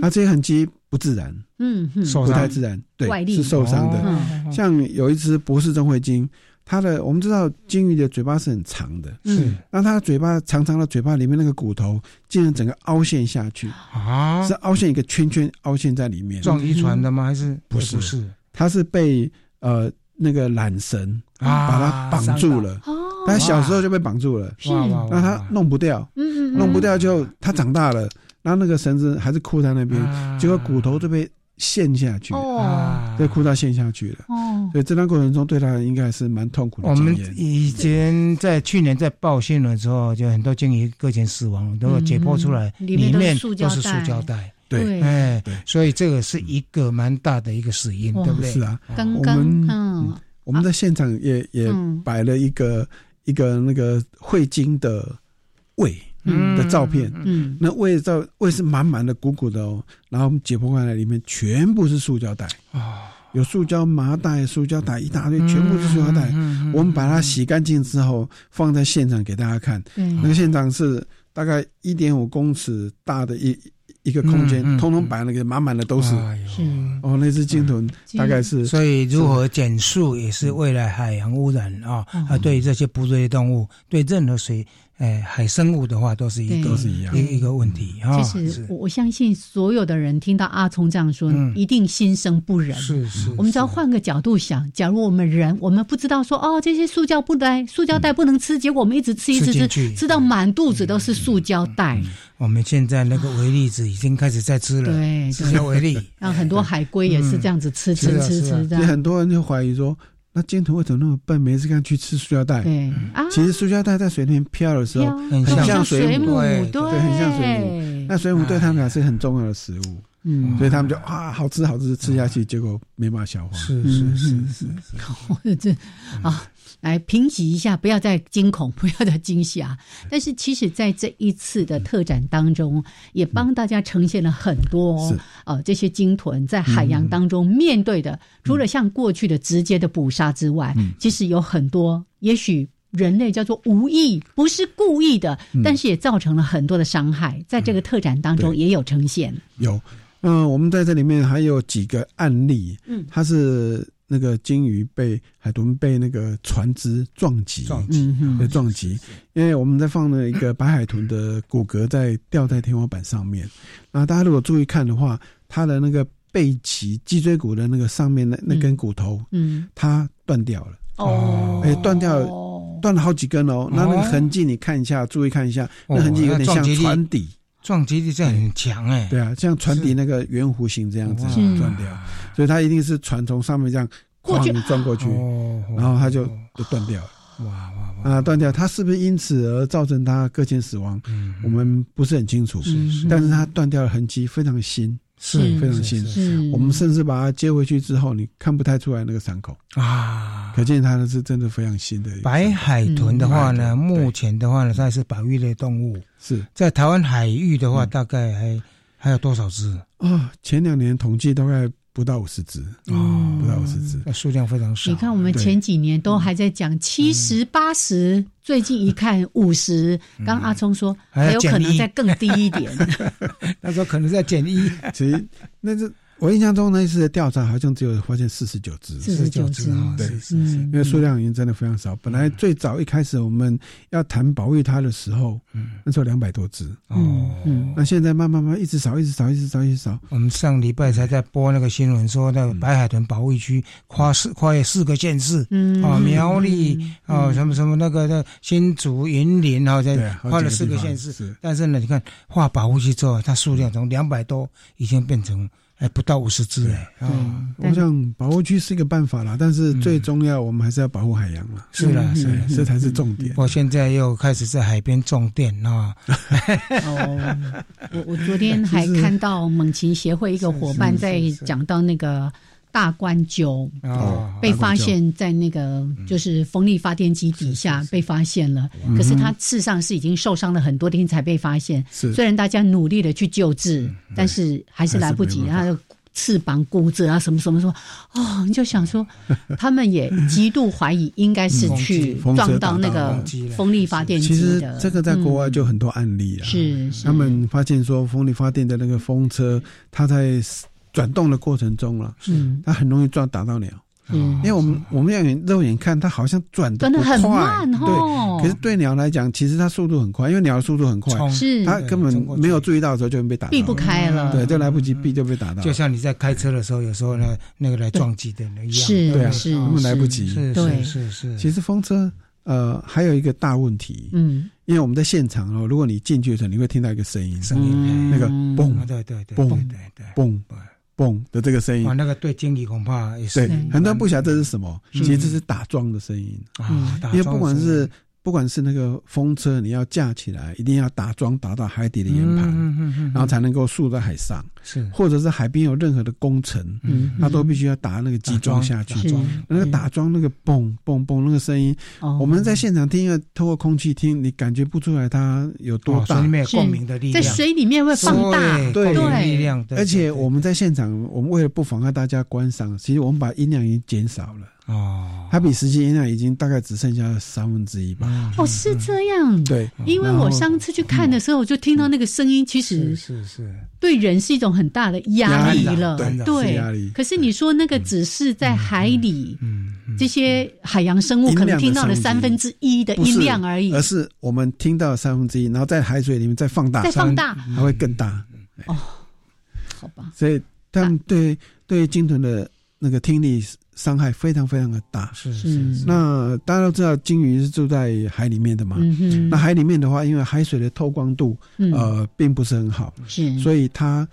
[SPEAKER 6] 那、这些痕迹不自然，
[SPEAKER 2] 嗯嗯
[SPEAKER 6] 不太自然，
[SPEAKER 2] 外
[SPEAKER 6] 对，
[SPEAKER 2] 力
[SPEAKER 6] 是受伤
[SPEAKER 3] 哦
[SPEAKER 6] 的。
[SPEAKER 2] 嗯
[SPEAKER 6] 像有一只博士钟会鲸，它的我们知道鲸鱼的嘴巴是很长的，
[SPEAKER 3] 嗯
[SPEAKER 2] 是
[SPEAKER 6] 那它的嘴巴长长的嘴巴里面那个骨头竟然整个凹陷下去，
[SPEAKER 3] 啊
[SPEAKER 6] 是凹陷一个圈圈，凹陷在里面。
[SPEAKER 3] 撞遗传的吗？还是
[SPEAKER 6] 不是
[SPEAKER 3] 不是
[SPEAKER 6] 它是被呃那个缆绳
[SPEAKER 3] 啊
[SPEAKER 6] 把它绑住了。它小时候就被绑住了，
[SPEAKER 3] 哇哇
[SPEAKER 6] 那
[SPEAKER 3] 哇！
[SPEAKER 6] 它弄不掉，
[SPEAKER 2] 嗯
[SPEAKER 6] 弄不掉就它长大了，然后那个绳子还是箍在那边，
[SPEAKER 3] 嗯啊
[SPEAKER 6] 结果骨头就被陷下去，
[SPEAKER 2] 哦
[SPEAKER 6] 被箍到陷下去了。
[SPEAKER 2] 哦，
[SPEAKER 6] 所以这段过程中对他应该是蛮痛苦的
[SPEAKER 3] 我
[SPEAKER 6] 经
[SPEAKER 3] 们
[SPEAKER 6] 验。
[SPEAKER 3] 以前在去年在报新闻的时候，就很多鲸鱼搁浅死亡，如果解剖出来，
[SPEAKER 2] 嗯里面
[SPEAKER 3] 里
[SPEAKER 2] 都是
[SPEAKER 3] 面
[SPEAKER 2] 塑胶
[SPEAKER 3] 都是塑
[SPEAKER 2] 袋
[SPEAKER 3] 胶袋。
[SPEAKER 2] 对
[SPEAKER 3] 哎，所以这个是一个蛮大的一个死因，
[SPEAKER 2] 哇
[SPEAKER 3] 对不对？
[SPEAKER 6] 是啊，
[SPEAKER 2] 刚
[SPEAKER 6] 我
[SPEAKER 2] 刚
[SPEAKER 6] 们
[SPEAKER 2] 嗯，
[SPEAKER 6] 我们在现场
[SPEAKER 3] 啊
[SPEAKER 6] 也也
[SPEAKER 2] 嗯
[SPEAKER 6] 摆了一个一个那个汇金的胃
[SPEAKER 2] 嗯
[SPEAKER 6] 的照片，
[SPEAKER 2] 嗯
[SPEAKER 6] 那胃的照胃是满满的鼓鼓的哦，然后我们解剖开来里面全部是塑胶袋
[SPEAKER 3] 啊，
[SPEAKER 6] 有塑胶麻袋、塑胶袋一大
[SPEAKER 3] 嗯
[SPEAKER 6] 堆，全部是塑胶袋。我们把它洗干净之后放在现场给大家看，
[SPEAKER 2] 嗯
[SPEAKER 6] 那个现场是大概一点五公尺大的一一个空间，
[SPEAKER 3] 嗯嗯嗯
[SPEAKER 6] 通通摆那个满满的都是。
[SPEAKER 2] 是
[SPEAKER 6] 哦，那只鲸豚
[SPEAKER 2] 鲸
[SPEAKER 6] 大概是
[SPEAKER 3] 所以，如何减速也是未来海洋污染啊！
[SPEAKER 2] 嗯
[SPEAKER 3] 啊，对于这些哺乳类动物，对任何水，哎，海生物的话，都是一个
[SPEAKER 2] 对都嗯
[SPEAKER 6] 是一样
[SPEAKER 3] 一个问题啊。
[SPEAKER 2] 其实我我相信所有的人听到阿聪这样说，
[SPEAKER 3] 嗯
[SPEAKER 2] 一定心生不忍。
[SPEAKER 3] 是是，
[SPEAKER 2] 我们只要换个角度想，假如我们人，我们不知道说哦，这些塑胶不袋、塑胶袋不能吃，结果我们一直吃一直
[SPEAKER 3] 吃进
[SPEAKER 2] 吃，
[SPEAKER 3] 去
[SPEAKER 2] 吃到满肚子都是塑胶袋。
[SPEAKER 3] 我们现在那个维粒子已经开始在吃了，
[SPEAKER 2] 对
[SPEAKER 3] 吃
[SPEAKER 2] 对，
[SPEAKER 3] 维粒。
[SPEAKER 2] 让很多海龟也是这样子吃吃
[SPEAKER 3] 是啊
[SPEAKER 2] 吃
[SPEAKER 3] 是啊
[SPEAKER 2] 吃这
[SPEAKER 6] 所以
[SPEAKER 2] 样。
[SPEAKER 6] 很多人就怀疑说，那鲸豚为什么那么笨，没事干去吃塑料袋？
[SPEAKER 2] 对啊，
[SPEAKER 6] 其实塑胶袋在水里面漂的时候
[SPEAKER 2] 飘，
[SPEAKER 3] 很
[SPEAKER 6] 像
[SPEAKER 2] 像
[SPEAKER 6] 水
[SPEAKER 2] 母，
[SPEAKER 6] 母
[SPEAKER 2] 对，
[SPEAKER 6] 对很像水母那水母
[SPEAKER 3] 嗯
[SPEAKER 6] 对他们来说是很重要的食物，
[SPEAKER 2] 嗯，
[SPEAKER 6] 所以他们就啊，好吃好吃吃下去，结果没办法消化。
[SPEAKER 3] 是
[SPEAKER 2] 嗯
[SPEAKER 3] 是是是，
[SPEAKER 2] 我这啊，来平息一下，不要再惊恐， 不要再惊吓。但是其实，在这一次的特展当中，也帮大家呈现了很多、哦
[SPEAKER 6] 是嗯
[SPEAKER 2] 呃这些鲸豚在海洋当中面对的，除了像过去的直接的捕杀之外，其实有很多，也许。人类叫做无意，不是故意的，但是也造成了很多的伤害，在这个特展当中
[SPEAKER 6] 嗯对
[SPEAKER 2] 也有呈现。
[SPEAKER 6] 有，嗯、我们在这里面还有几个案例，
[SPEAKER 2] 嗯
[SPEAKER 6] 它是那个鲸鱼被海豚被那个船只撞击，
[SPEAKER 3] 撞击
[SPEAKER 2] 嗯
[SPEAKER 6] 被
[SPEAKER 2] 哼，
[SPEAKER 6] 撞击，因为我们在放了一个白海豚的骨骼在吊在天花板上面，那大家如果注意看的话，它的那个背鳍脊椎骨的那个上面那那根骨头，
[SPEAKER 2] 嗯，
[SPEAKER 6] 它断掉了，
[SPEAKER 2] 哦，
[SPEAKER 6] 哎断掉断了好几根哦，那那个
[SPEAKER 3] 哦
[SPEAKER 6] 痕迹你看一下，注意看一下，
[SPEAKER 3] 哦
[SPEAKER 6] 那痕迹有点
[SPEAKER 3] 那撞
[SPEAKER 6] 像
[SPEAKER 3] 击力
[SPEAKER 6] 船底。
[SPEAKER 3] 撞击力这很强哎，
[SPEAKER 6] 对啊，像船底那个圆弧形这样子
[SPEAKER 2] 是
[SPEAKER 6] 转掉，所以它一定是船从上面这样
[SPEAKER 2] 过去
[SPEAKER 6] 哐撞过去，
[SPEAKER 3] 哦，
[SPEAKER 6] 然后它就就断掉了
[SPEAKER 3] 哇哇哇，
[SPEAKER 6] 啊，断掉。它是不是因此而造成它搁浅死亡？我们不是很清楚，
[SPEAKER 2] 嗯是
[SPEAKER 6] 但是它断掉的痕迹非常新，
[SPEAKER 3] 是
[SPEAKER 6] 非常新。
[SPEAKER 2] 是
[SPEAKER 6] 我们甚至把它接回去之后，你看不太出来那个伤口，
[SPEAKER 3] 啊。
[SPEAKER 6] 可见它的是真的非常新的一个
[SPEAKER 3] 白海豚的话呢，
[SPEAKER 6] 嗯
[SPEAKER 3] 目前的话呢，它是保育类动物，
[SPEAKER 6] 是
[SPEAKER 3] 在台湾海域的话，大概还还有多少只？
[SPEAKER 6] 啊。前两年统计大概不到五十只，
[SPEAKER 3] 哦，
[SPEAKER 6] 不到五十只。
[SPEAKER 3] 那数量非常少。
[SPEAKER 2] 你看，我们
[SPEAKER 6] 对
[SPEAKER 2] 前几年都还在讲七十八十，最近一看五十。刚阿聪说
[SPEAKER 3] 还要
[SPEAKER 2] 还有可
[SPEAKER 3] 减
[SPEAKER 2] 能
[SPEAKER 3] 一
[SPEAKER 2] 再更低一点。
[SPEAKER 3] 那时候可能在减一，
[SPEAKER 6] 其实那是我印象中那一次的调查，好像只有发现四十九只，
[SPEAKER 2] 49只
[SPEAKER 3] 啊，
[SPEAKER 6] 对
[SPEAKER 3] 是是是
[SPEAKER 2] 嗯
[SPEAKER 6] 因，为数量已经真的非常少。本来最早一开始我们要谈保育它的时候，那时候两百多只，
[SPEAKER 3] 哦。
[SPEAKER 2] 嗯
[SPEAKER 6] 那现在慢慢慢慢一直少，一直少，一直少，一直少。
[SPEAKER 3] 我们上礼拜才在播那个新闻，说那个白海豚保护区跨四跨越四个县市，
[SPEAKER 2] 嗯
[SPEAKER 3] 啊，苗栗啊，什么什么那个那新竹、云林啊，在
[SPEAKER 6] 对啊，
[SPEAKER 3] 跨了
[SPEAKER 6] 好几
[SPEAKER 3] 四
[SPEAKER 6] 个
[SPEAKER 3] 个
[SPEAKER 6] 地方
[SPEAKER 3] 县市。
[SPEAKER 6] 是
[SPEAKER 3] 但是呢，你看划保护区之后，它数量从两百多已经变成还不到五十只哎。啊、
[SPEAKER 6] 我想保护区是一个办法啦，但是最重要我们还是要保护海洋啦。
[SPEAKER 3] 是啦
[SPEAKER 6] 嗯
[SPEAKER 3] 是啦
[SPEAKER 6] 嗯这才是重点。
[SPEAKER 3] 我现在又开始在海边种电啊，
[SPEAKER 2] 哦，我我昨天还看到猛禽协会一个伙伴在讲到那个大冠鸠
[SPEAKER 3] 哦
[SPEAKER 2] 被发现在那个就是风力发电机底下被发现了，
[SPEAKER 3] 嗯
[SPEAKER 2] 可是它事实上是已经受伤了很多天才被发现，
[SPEAKER 6] 是嗯
[SPEAKER 2] 虽然大家努力的去救治，但是还是来不及，
[SPEAKER 6] 还
[SPEAKER 2] 它
[SPEAKER 6] 是没
[SPEAKER 2] 的翅膀骨折啊什么什么什么，哦，你就想 说他们也极度怀疑应该是去
[SPEAKER 6] 嗯风机
[SPEAKER 2] 撞到那
[SPEAKER 6] 风车打到
[SPEAKER 2] 个
[SPEAKER 6] 风机了
[SPEAKER 2] 风力发电
[SPEAKER 6] 其
[SPEAKER 2] 机
[SPEAKER 6] 实
[SPEAKER 2] 的，
[SPEAKER 6] 这个在国外
[SPEAKER 2] 嗯
[SPEAKER 6] 就很多案例啊，
[SPEAKER 2] 是是
[SPEAKER 6] 他们发现说风力发电的那个风车，它在转动的过程中了、
[SPEAKER 2] 嗯
[SPEAKER 6] 它很容易撞打到鸟。
[SPEAKER 2] 嗯
[SPEAKER 6] 因为我们我们用眼肉眼看，它好像转得
[SPEAKER 2] 转得
[SPEAKER 6] 不
[SPEAKER 2] 很
[SPEAKER 6] 快
[SPEAKER 2] 慢哦
[SPEAKER 6] 对。可是对鸟来讲，其实它速度很快，因为鸟的速度很快
[SPEAKER 3] 冲，
[SPEAKER 6] 它
[SPEAKER 3] 对
[SPEAKER 6] 根本没有注意到的时候就被打到了，
[SPEAKER 2] 避不开了
[SPEAKER 6] 对，就来不及避就被打到了。
[SPEAKER 3] 嗯就像你在开车的时候，有时候呢那个来撞击的人一样，
[SPEAKER 2] 是
[SPEAKER 6] 对啊，
[SPEAKER 2] 是
[SPEAKER 6] 根本来不及。
[SPEAKER 3] 是是是是，
[SPEAKER 6] 其实风车呃还有一个大问题，
[SPEAKER 2] 嗯，
[SPEAKER 6] 因为我们在现场哦，如果你进去的时候，你会听到一个声音，
[SPEAKER 3] 声音
[SPEAKER 2] 嗯
[SPEAKER 6] 那个嘣
[SPEAKER 3] 啊对对对
[SPEAKER 6] 嘣
[SPEAKER 3] 对对
[SPEAKER 6] 嘣嘣的这个声音
[SPEAKER 3] 哇，。那个对经理恐怕也是
[SPEAKER 6] 对，
[SPEAKER 2] 嗯
[SPEAKER 6] 很多人不晓得这是什么，其实这是打桩的声音
[SPEAKER 3] 啊
[SPEAKER 2] 嗯
[SPEAKER 3] 打桩的声音
[SPEAKER 6] 因为不管是不管是那个风车，你要架起来，一定要打桩打到海底的岩盘，
[SPEAKER 3] 嗯嗯嗯嗯
[SPEAKER 6] 然后才能够竖在海上，
[SPEAKER 3] 是
[SPEAKER 6] 或者是海边有任何的工程，
[SPEAKER 3] 嗯
[SPEAKER 6] 它都必须要打那个基桩下去
[SPEAKER 3] 打桩，
[SPEAKER 6] 那个打桩那个嘣嘣嘣那个声音，
[SPEAKER 2] 哦
[SPEAKER 6] 我们在现场听，因为透过空气听，你感觉不出来它有多
[SPEAKER 3] 哦
[SPEAKER 6] 大，
[SPEAKER 3] 所以没有共鸣的力
[SPEAKER 2] 在
[SPEAKER 3] 量，
[SPEAKER 2] 水里面会放大，
[SPEAKER 6] 对
[SPEAKER 3] 共鸣力量，对
[SPEAKER 6] 而且我们在现场，我们为了不妨碍大家观赏，其实我们把音量已经减少了。
[SPEAKER 3] 哦，
[SPEAKER 6] 它比实际音量已经大概只剩下三分之一吧。
[SPEAKER 2] 哦，是这样。
[SPEAKER 6] 对
[SPEAKER 2] 因为
[SPEAKER 6] 然后
[SPEAKER 2] 我上次去看的时候，我就听到那个声音，其实
[SPEAKER 3] 是是
[SPEAKER 2] 对人是一种很大的压力啊了。
[SPEAKER 6] 压力对是压力
[SPEAKER 2] 可是你说那个只是在海里，
[SPEAKER 3] 嗯
[SPEAKER 6] 嗯
[SPEAKER 2] 这些海洋生物可能听到了三分之一的
[SPEAKER 6] 不是
[SPEAKER 2] 音量而已
[SPEAKER 6] 而。是我们听到三分之一，然后在海水里面再放大，
[SPEAKER 2] 再放大
[SPEAKER 6] 三它会更大。
[SPEAKER 2] 哦，
[SPEAKER 6] 呃
[SPEAKER 2] 好吧，
[SPEAKER 6] 所以他们对对鲸豚的那个听力伤害非常非常的大。
[SPEAKER 3] 是
[SPEAKER 2] 是是
[SPEAKER 6] 嗯那大家都知道，鲸鱼是住在海里面的嘛。
[SPEAKER 2] 嗯哼
[SPEAKER 6] 那海里面的话，因为海水的透光度
[SPEAKER 2] 嗯
[SPEAKER 6] 呃并不是很好，
[SPEAKER 2] 是
[SPEAKER 6] 所以它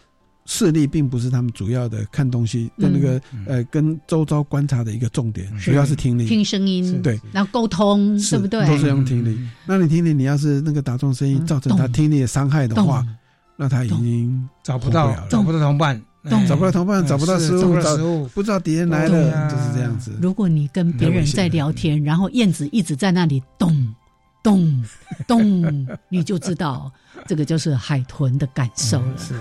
[SPEAKER 6] 视力并不是他们主要的看东西的那个
[SPEAKER 3] 嗯
[SPEAKER 6] 呃跟周遭观察的一个重点，主要是听力。
[SPEAKER 2] 听声音，
[SPEAKER 6] 对，
[SPEAKER 2] 然后沟通，
[SPEAKER 6] 是
[SPEAKER 2] 对不对？
[SPEAKER 6] 都是用听
[SPEAKER 3] 嗯
[SPEAKER 6] 力。那你听力，你要是那个打中声音造成他听力的伤害的话
[SPEAKER 2] 懂，
[SPEAKER 6] 那他已经
[SPEAKER 3] 找不
[SPEAKER 6] 活
[SPEAKER 3] 到
[SPEAKER 6] 了
[SPEAKER 3] 找不到同伴，
[SPEAKER 2] 懂
[SPEAKER 6] 哎找不到同伴，
[SPEAKER 3] 嗯
[SPEAKER 6] 找不到
[SPEAKER 3] 是
[SPEAKER 6] 食
[SPEAKER 3] 找不
[SPEAKER 6] 物，
[SPEAKER 3] 到
[SPEAKER 6] 找
[SPEAKER 3] 食物
[SPEAKER 6] 不知道敌人来
[SPEAKER 3] 对啊
[SPEAKER 6] 了，就是这样子。
[SPEAKER 2] 如果你跟别人在聊天，然后燕子一直在那里动动 动，你就知道这个就是海豚的感受了。
[SPEAKER 3] 是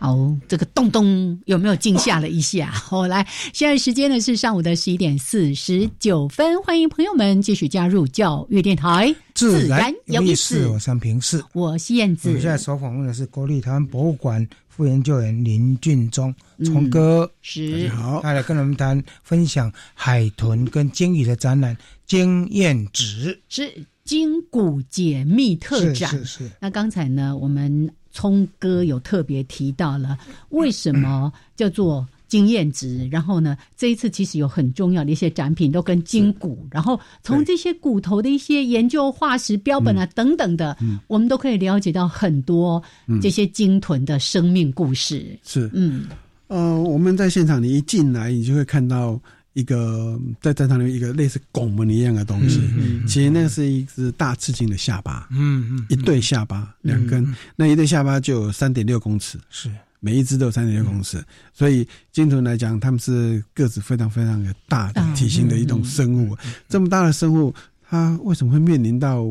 [SPEAKER 2] 好，这个咚咚有没有惊吓了一下？ 好，来，现在时间呢是上午的十一点四十九分，欢迎朋友们继续加入教育电台，
[SPEAKER 3] 自然
[SPEAKER 2] 有
[SPEAKER 3] 意
[SPEAKER 2] 意
[SPEAKER 3] 识，
[SPEAKER 2] 思
[SPEAKER 3] 我。三平是。
[SPEAKER 2] 我是燕
[SPEAKER 3] 我
[SPEAKER 2] 子
[SPEAKER 3] 们，现在所访问的是国立台湾博物馆副研究员林俊忠，聪哥，
[SPEAKER 2] 是
[SPEAKER 6] 嗯好，
[SPEAKER 3] 他来跟我们谈分享海豚跟鲸鱼的展览经验值。
[SPEAKER 2] 是。筋骨解密特展，
[SPEAKER 3] 是是是
[SPEAKER 2] 那刚才呢，我们聪哥有特别提到了，为什么叫做经验值？然后呢，这一次其实有很重要的一些展品都跟筋骨，然后从这些骨头的一些研究、化石标本啊等等的，我们都可以了解到很多这些鲸豚的生命故事。
[SPEAKER 6] 是，
[SPEAKER 2] 嗯，
[SPEAKER 6] 呃，我们在现场你一进来，你就会看到一个在战场里面一个类似拱门一样的东西，
[SPEAKER 3] 嗯嗯嗯
[SPEAKER 6] 其实那是一只大刺颈的下巴，
[SPEAKER 3] 嗯嗯，
[SPEAKER 6] 一对下巴
[SPEAKER 3] 嗯
[SPEAKER 6] 两根，那一对下巴就有三点六公尺，
[SPEAKER 3] 是嗯
[SPEAKER 6] 每一只都有三点六公尺，所以鲸豚来讲，它们是个子非常非常的大的
[SPEAKER 3] 大
[SPEAKER 6] 体型的一种生物。
[SPEAKER 3] 嗯
[SPEAKER 6] 这么大的生物，它为什么会面临到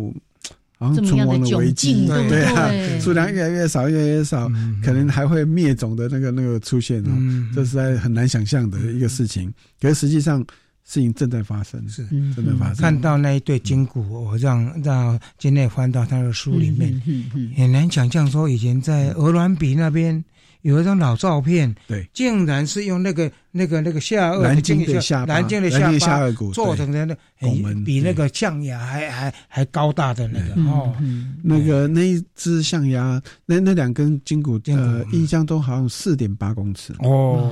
[SPEAKER 6] 好像
[SPEAKER 2] 这么
[SPEAKER 6] 存
[SPEAKER 2] 样的
[SPEAKER 6] 亡危机？
[SPEAKER 2] 窘境对
[SPEAKER 6] 对啊
[SPEAKER 2] 对对，
[SPEAKER 6] 数量越来越少，越来越
[SPEAKER 3] 嗯
[SPEAKER 6] 少，可能还会灭种的那个那个出现哦，
[SPEAKER 3] 嗯
[SPEAKER 6] 这是在很难想象的一个事情。可是实际上，事情正在发生，是
[SPEAKER 2] 嗯
[SPEAKER 6] 正在发生。
[SPEAKER 3] 看到那一对筋骨，
[SPEAKER 6] 嗯
[SPEAKER 3] 我让让今天翻到他的书里面，
[SPEAKER 2] 嗯嗯
[SPEAKER 3] 很难想象说以前在鹅銮鼻那边有一张老照片，
[SPEAKER 6] 对，
[SPEAKER 3] 竟然是用那个那个那个下颚
[SPEAKER 6] 南京的
[SPEAKER 3] 那个
[SPEAKER 6] 下巴
[SPEAKER 3] 南京的
[SPEAKER 6] 南京
[SPEAKER 3] 下
[SPEAKER 6] 的下颚骨
[SPEAKER 3] 做成的那哎
[SPEAKER 6] 拱门
[SPEAKER 3] 比
[SPEAKER 6] 对
[SPEAKER 3] 那个象牙还还还高大的那个
[SPEAKER 6] 嗯
[SPEAKER 3] 哦，
[SPEAKER 6] 那个那一只象牙，那那两根筋骨，呃，印象都好像四点八公尺
[SPEAKER 3] 哦，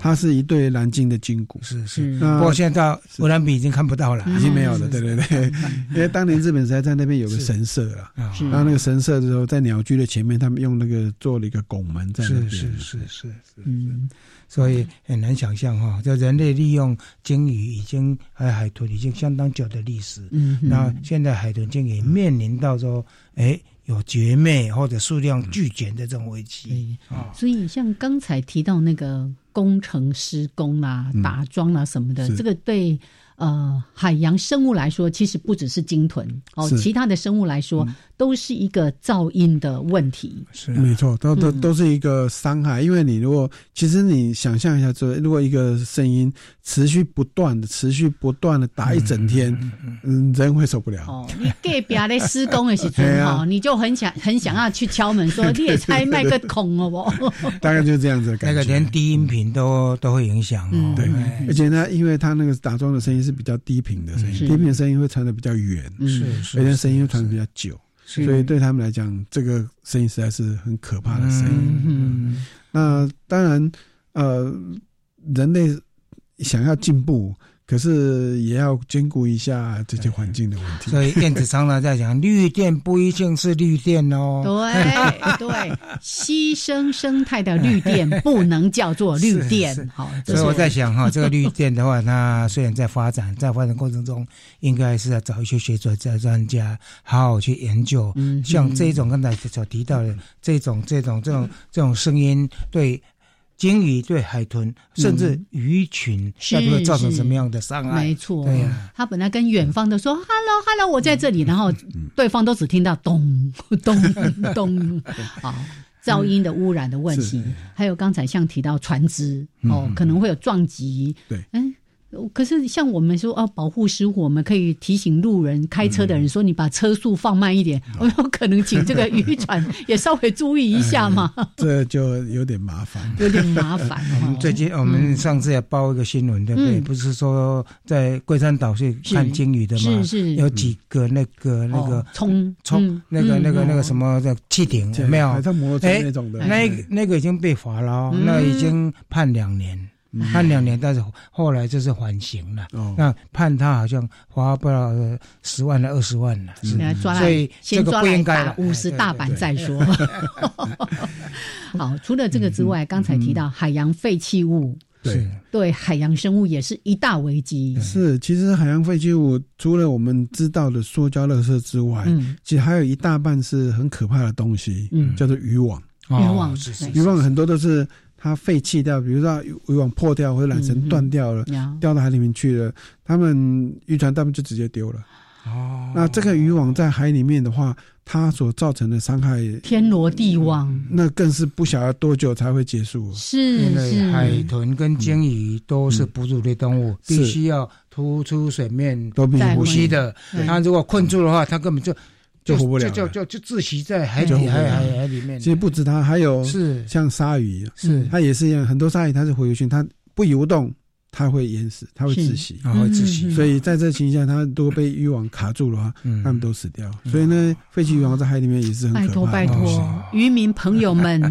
[SPEAKER 6] 它是一对蓝鲸的筋骨，
[SPEAKER 3] 是
[SPEAKER 2] 嗯
[SPEAKER 3] 是
[SPEAKER 6] 那
[SPEAKER 3] 不过现在鹅銮鼻已经看不到了，
[SPEAKER 6] 已经没有了，对对对，因为当年日本时代在那边有个神社了，
[SPEAKER 3] 是
[SPEAKER 6] 然后那个神社的时候，在鸟居的前面，他们用那个做了一个拱门在那
[SPEAKER 3] 是
[SPEAKER 6] 边，
[SPEAKER 3] 是是是是，
[SPEAKER 2] 嗯，
[SPEAKER 3] 所以很难想象哈、就人类利用鲸鱼已经还有海豚已经相当久的历史，
[SPEAKER 2] 嗯哼
[SPEAKER 3] 那现在海豚鲸也面临到说，哎，有绝灭或者数量巨减的这种危
[SPEAKER 6] 嗯
[SPEAKER 3] 机啊、
[SPEAKER 2] 所以像刚才提到那个工程施工啦、
[SPEAKER 3] 嗯
[SPEAKER 2] 打桩啦什么的，
[SPEAKER 3] 是
[SPEAKER 2] 这个对呃海洋生物来说，其实不只是鲸豚哦，
[SPEAKER 6] 是
[SPEAKER 2] 其他的生物来说、
[SPEAKER 3] 嗯
[SPEAKER 2] 都是一个噪音的问题。
[SPEAKER 3] 是
[SPEAKER 6] 没错，都都
[SPEAKER 2] 嗯
[SPEAKER 6] 都是一个伤害，因为你如果其实你想象一下，就是如果一个声音持续不断的、持续不断的打一整天，嗯，人会受不了。
[SPEAKER 2] 哦，你隔壁在施工的时
[SPEAKER 3] 哎
[SPEAKER 6] 嘿
[SPEAKER 2] 候，
[SPEAKER 6] 啊
[SPEAKER 2] 哦，你就很想很想要去敲门 说，你也猜卖个孔哦不？
[SPEAKER 6] 大概就这样子的感
[SPEAKER 3] 那
[SPEAKER 6] 觉。
[SPEAKER 3] 个连低音频都都会影响哦，
[SPEAKER 6] 嗯对
[SPEAKER 3] 哎，
[SPEAKER 6] 而且它因为它那个打桩的声音是比较低频的声音，
[SPEAKER 3] 是
[SPEAKER 6] 低频的声音会传的比较远，
[SPEAKER 3] 是是
[SPEAKER 6] 而且声音会传的比较久，
[SPEAKER 3] 是
[SPEAKER 6] 所以对他们来讲，这个声音实在是很可怕的声音。
[SPEAKER 2] 嗯
[SPEAKER 6] 那当然，呃，人类想要进步，可是也要兼顾一下这些环境的问题。
[SPEAKER 3] 所以电子商人在讲，绿电不一定是绿电哦，
[SPEAKER 2] 对对，牺牲生态的绿 电不能叫做绿电
[SPEAKER 3] 是是，
[SPEAKER 2] 好，这
[SPEAKER 3] 所以
[SPEAKER 2] 是
[SPEAKER 3] 我在想哈，这个绿电的话，它虽然在发展，在发展过程中，应该是要找一些学者、在专家，好好去研究。
[SPEAKER 2] 嗯
[SPEAKER 3] 像这种刚才所提到的这种、这种、这种、这种声音，对鲸鱼、对海豚，甚至鱼群，
[SPEAKER 2] 是
[SPEAKER 3] 要不会造成什么样的伤害？
[SPEAKER 2] 没错，
[SPEAKER 3] 哎对呀。嗯
[SPEAKER 2] 他本来跟远方的说 “hello hello”，我在这里，然后对方都只听到咚咚 咚啊。噪音的污染的问题，还有刚才像提到船只
[SPEAKER 3] 嗯
[SPEAKER 2] 哦，可能会有撞击。
[SPEAKER 6] 对，
[SPEAKER 2] 嗯，可是像我们说哦，保护师傅，我们可以提醒路人、开车
[SPEAKER 3] 嗯
[SPEAKER 2] 的人说，你把车速放慢一点。我们有可能请这个渔船 也稍微注意一下嘛，
[SPEAKER 6] 这就有点麻烦。
[SPEAKER 2] 有点麻烦
[SPEAKER 3] 哎我
[SPEAKER 2] 哦
[SPEAKER 3] 们。最近我们上次也报一个新闻，对不对？
[SPEAKER 2] 嗯
[SPEAKER 3] 不是说在龟山岛去看鲸鱼的吗？
[SPEAKER 2] 是是
[SPEAKER 3] 有几个那个那个
[SPEAKER 2] 哦冲
[SPEAKER 3] 冲
[SPEAKER 2] 嗯
[SPEAKER 3] 那个
[SPEAKER 2] 嗯
[SPEAKER 3] 那个
[SPEAKER 2] 哦
[SPEAKER 3] 那个什么的汽艇
[SPEAKER 6] 对
[SPEAKER 3] 有 没有
[SPEAKER 6] 好？像摩托车
[SPEAKER 3] 哎
[SPEAKER 6] 那种的
[SPEAKER 3] 那
[SPEAKER 6] 对
[SPEAKER 3] 那个已经被罚了哦，
[SPEAKER 6] 嗯
[SPEAKER 3] 那已经判两年
[SPEAKER 6] 嗯。
[SPEAKER 3] 判两年，但是后来就是缓刑了。
[SPEAKER 6] 哦
[SPEAKER 3] 那判他好像花不了十万了二十万了，
[SPEAKER 6] 嗯
[SPEAKER 3] 是
[SPEAKER 2] 来抓
[SPEAKER 3] 嗯所
[SPEAKER 2] 来
[SPEAKER 3] 以，这
[SPEAKER 2] 先
[SPEAKER 3] 个
[SPEAKER 2] 抓
[SPEAKER 3] 不
[SPEAKER 2] 来
[SPEAKER 3] 应该
[SPEAKER 2] 打
[SPEAKER 3] 了
[SPEAKER 2] 五十大板再说。 好，除了这个之外，刚才提到海洋废弃物，
[SPEAKER 6] 对。
[SPEAKER 2] 对海洋生物也是一大危机。
[SPEAKER 6] 是，其实海洋废弃物除了我们知道的塑胶垃圾之外，
[SPEAKER 2] 嗯
[SPEAKER 6] 其实还有一大半是很可怕的东西，
[SPEAKER 2] 嗯
[SPEAKER 6] 叫做渔网。
[SPEAKER 3] 哦
[SPEAKER 2] 渔网
[SPEAKER 3] 是是
[SPEAKER 6] 渔网很多都是它废弃掉，比如说它渔网破掉或者缆绳断掉
[SPEAKER 3] 嗯
[SPEAKER 6] 了，
[SPEAKER 2] 嗯呀
[SPEAKER 6] 掉到海里面去了，他们渔船他们就直接丢了。
[SPEAKER 3] 哦，
[SPEAKER 6] 那这个渔网在海里面的话，它所造成的伤害，
[SPEAKER 2] 天罗地网
[SPEAKER 6] 那更是不晓得多久才会结束。
[SPEAKER 2] 是
[SPEAKER 3] 因为海
[SPEAKER 2] 是
[SPEAKER 3] 豚跟鲸鱼都
[SPEAKER 6] 嗯
[SPEAKER 3] 是哺乳类动物，
[SPEAKER 6] 是
[SPEAKER 3] 必须要突出水面
[SPEAKER 6] 都必须
[SPEAKER 2] 在
[SPEAKER 3] 呼
[SPEAKER 2] 呼
[SPEAKER 3] 吸
[SPEAKER 2] 吸
[SPEAKER 3] 的
[SPEAKER 2] 对。
[SPEAKER 3] 它如果困住的话，它根本就
[SPEAKER 6] 就活不了了
[SPEAKER 3] 就就就窒息在海
[SPEAKER 6] 就活
[SPEAKER 3] 底
[SPEAKER 6] 不了
[SPEAKER 3] 海
[SPEAKER 6] 了
[SPEAKER 3] 海海里面
[SPEAKER 6] 其。实不嗯止它，还有
[SPEAKER 3] 是
[SPEAKER 6] 像鲨鱼，
[SPEAKER 3] 是
[SPEAKER 6] 它也是一样，很多鲨鱼它是洄游性，它不游动，它会淹死，它会窒息，
[SPEAKER 3] 啊会窒
[SPEAKER 2] 嗯
[SPEAKER 3] 息。嗯
[SPEAKER 6] 所以在这情况下，它都被渔网卡住的话，它们都死掉。所以呢，废弃渔网在海里面也是很
[SPEAKER 2] 拜
[SPEAKER 6] 可
[SPEAKER 2] 托
[SPEAKER 6] 怕
[SPEAKER 2] 拜
[SPEAKER 6] 的嗯东西。
[SPEAKER 2] 托，渔民朋友们，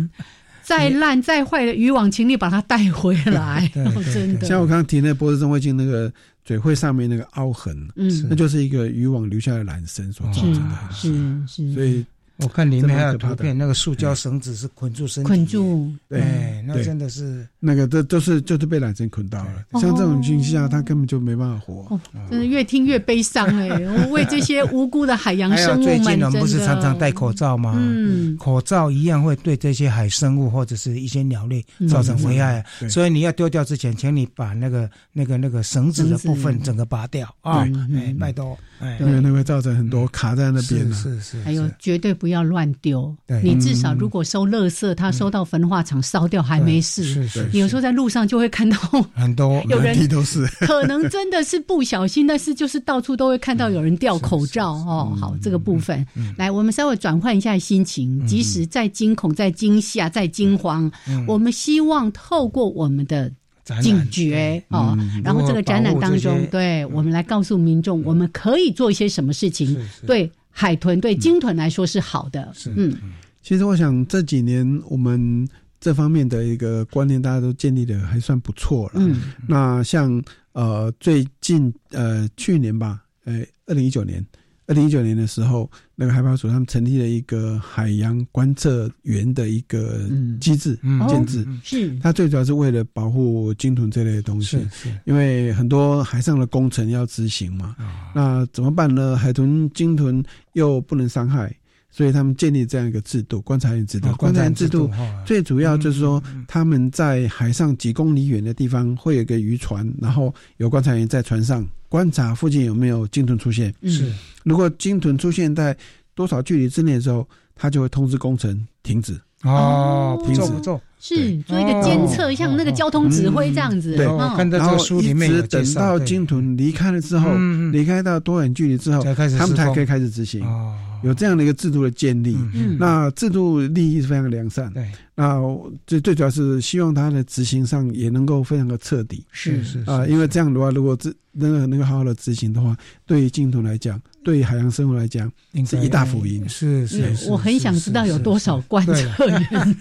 [SPEAKER 2] 再烂再坏的渔网，请你把它带回来，哦 真
[SPEAKER 6] 像我
[SPEAKER 2] 的。
[SPEAKER 6] 刚刚提那脖子中会镜那个嘴会上面那个凹痕，
[SPEAKER 2] 嗯是
[SPEAKER 6] 那就是一个渔网留下的缆绳所造成的痕迹。
[SPEAKER 2] 是是，
[SPEAKER 6] 所以
[SPEAKER 3] 我看里面还有图
[SPEAKER 6] 这蛮可怕的
[SPEAKER 3] 片，那个塑胶绳子是捆住身体，
[SPEAKER 2] 捆住，嗯
[SPEAKER 6] 对
[SPEAKER 3] 哎，那
[SPEAKER 6] 对
[SPEAKER 3] 真的是
[SPEAKER 6] 那个都都是就是被缆绳捆到了，
[SPEAKER 2] 对
[SPEAKER 6] 像这种
[SPEAKER 2] 哦
[SPEAKER 6] 情况下，它根本就没办法活。
[SPEAKER 2] 哦，真的越听越悲伤哎！ 我为这些无辜的海洋
[SPEAKER 3] 还有
[SPEAKER 2] 生物
[SPEAKER 3] 最
[SPEAKER 2] 们，真
[SPEAKER 3] 近
[SPEAKER 2] 的
[SPEAKER 3] 人不是常常戴口罩啊吗？
[SPEAKER 2] 嗯
[SPEAKER 3] 口罩一样会对这些海生物或者是一些鸟类造成危害，啊
[SPEAKER 6] 嗯
[SPEAKER 3] 所以你要丢掉之前，请你把那个那个那个绳子的部分
[SPEAKER 2] 绳子
[SPEAKER 3] 整个拔掉啊！
[SPEAKER 2] 嗯
[SPEAKER 3] 哎，拜托，哎，
[SPEAKER 6] 因为那会造成很多卡在那
[SPEAKER 3] 是
[SPEAKER 6] 边啊了。
[SPEAKER 3] 是嗯是，
[SPEAKER 2] 还有绝对不要乱丢
[SPEAKER 3] 对。
[SPEAKER 2] 你至少如果收垃圾，他收到焚化厂烧掉还没事。
[SPEAKER 3] 嗯是是
[SPEAKER 2] 有时候在路上就会看到，
[SPEAKER 3] 很多
[SPEAKER 2] 有人
[SPEAKER 6] 满地都是。
[SPEAKER 2] 可能真的是不小心，但是就是到处都会看到有人掉口罩哦。好，
[SPEAKER 3] 嗯
[SPEAKER 2] 这个部分，来，我们稍微转换一下心情，即使在惊恐、在惊吓、在惊
[SPEAKER 3] 嗯
[SPEAKER 2] 慌，我们希望透过我们的
[SPEAKER 3] 展览
[SPEAKER 2] 警觉哦，
[SPEAKER 6] 嗯
[SPEAKER 2] 然后这个展览当
[SPEAKER 3] 如何保护
[SPEAKER 2] 中
[SPEAKER 3] 这些，嗯
[SPEAKER 2] 对我们来告诉民众，我们可以做一些什么事情，对海豚、
[SPEAKER 3] 嗯
[SPEAKER 2] 对鲸豚来说是好的，嗯，
[SPEAKER 6] 其实我想这几年我们这方面的一个观念，大家都建立的还算不错了。
[SPEAKER 2] 嗯，
[SPEAKER 6] 那像呃最近呃去年吧，呃二零一九年，二零一九年的时候，那个海保署他们成立了一个海洋观测员的一个
[SPEAKER 3] 嗯
[SPEAKER 6] 机制、
[SPEAKER 2] 哦
[SPEAKER 3] 嗯
[SPEAKER 6] 建制。
[SPEAKER 2] 是
[SPEAKER 6] 它最主要是为了保护鲸豚这类的东西，
[SPEAKER 3] 是是
[SPEAKER 6] 因为很多海上的工程要执行嘛，那怎么办呢？海豚、鲸豚又不能伤害，所以他们建立这样一个制度——观察员制度。
[SPEAKER 3] 哦
[SPEAKER 6] 啊观察员制
[SPEAKER 3] 观
[SPEAKER 6] 度
[SPEAKER 3] 察员制度哦
[SPEAKER 6] 最主要就是说，
[SPEAKER 3] 嗯
[SPEAKER 6] 他们在海上几公里远的地方会有一个渔船，然后有观察员在船上观察附近有没有鲸豚出现。
[SPEAKER 2] 嗯
[SPEAKER 3] 是
[SPEAKER 6] 如果鲸豚出现在多少距离之内的时候，他就会通知工程停止。
[SPEAKER 3] 哦，不
[SPEAKER 6] 停
[SPEAKER 3] 错
[SPEAKER 6] 止
[SPEAKER 3] 不错，
[SPEAKER 2] 是做一个监测，像那个交通指挥这样子，
[SPEAKER 6] 对
[SPEAKER 2] 嗯
[SPEAKER 3] 我看到
[SPEAKER 6] 然
[SPEAKER 3] 这
[SPEAKER 6] 后
[SPEAKER 3] 个书里面
[SPEAKER 6] 一
[SPEAKER 3] 有
[SPEAKER 6] 直
[SPEAKER 3] 介
[SPEAKER 6] 等
[SPEAKER 3] 绍
[SPEAKER 6] 到
[SPEAKER 3] 对
[SPEAKER 6] 鲸豚离开了之后
[SPEAKER 3] 嗯嗯，
[SPEAKER 6] 离开到多远距离之后，
[SPEAKER 3] 嗯才开始
[SPEAKER 6] 他们
[SPEAKER 3] 施
[SPEAKER 6] 才
[SPEAKER 3] 工
[SPEAKER 6] 可以开始执行。
[SPEAKER 3] 哦，
[SPEAKER 6] 有这样的一个制度的建立，
[SPEAKER 2] 嗯
[SPEAKER 6] 那制度利益是非常良善。
[SPEAKER 3] 对，
[SPEAKER 6] 那最最主要是希望它的执行上也能够非常的彻底
[SPEAKER 3] 是是
[SPEAKER 6] 啊、
[SPEAKER 3] 是
[SPEAKER 6] 因为这样的话，如果执能够能够好好的执行的话，对于鲸豚来
[SPEAKER 3] 嗯
[SPEAKER 6] 讲，对于海洋生物来讲
[SPEAKER 3] 应
[SPEAKER 6] 是
[SPEAKER 3] 该
[SPEAKER 6] 一大福音。
[SPEAKER 3] 是是
[SPEAKER 2] 嗯
[SPEAKER 3] 是，
[SPEAKER 2] 我很想知道有多少观
[SPEAKER 3] 是是是
[SPEAKER 2] 测员，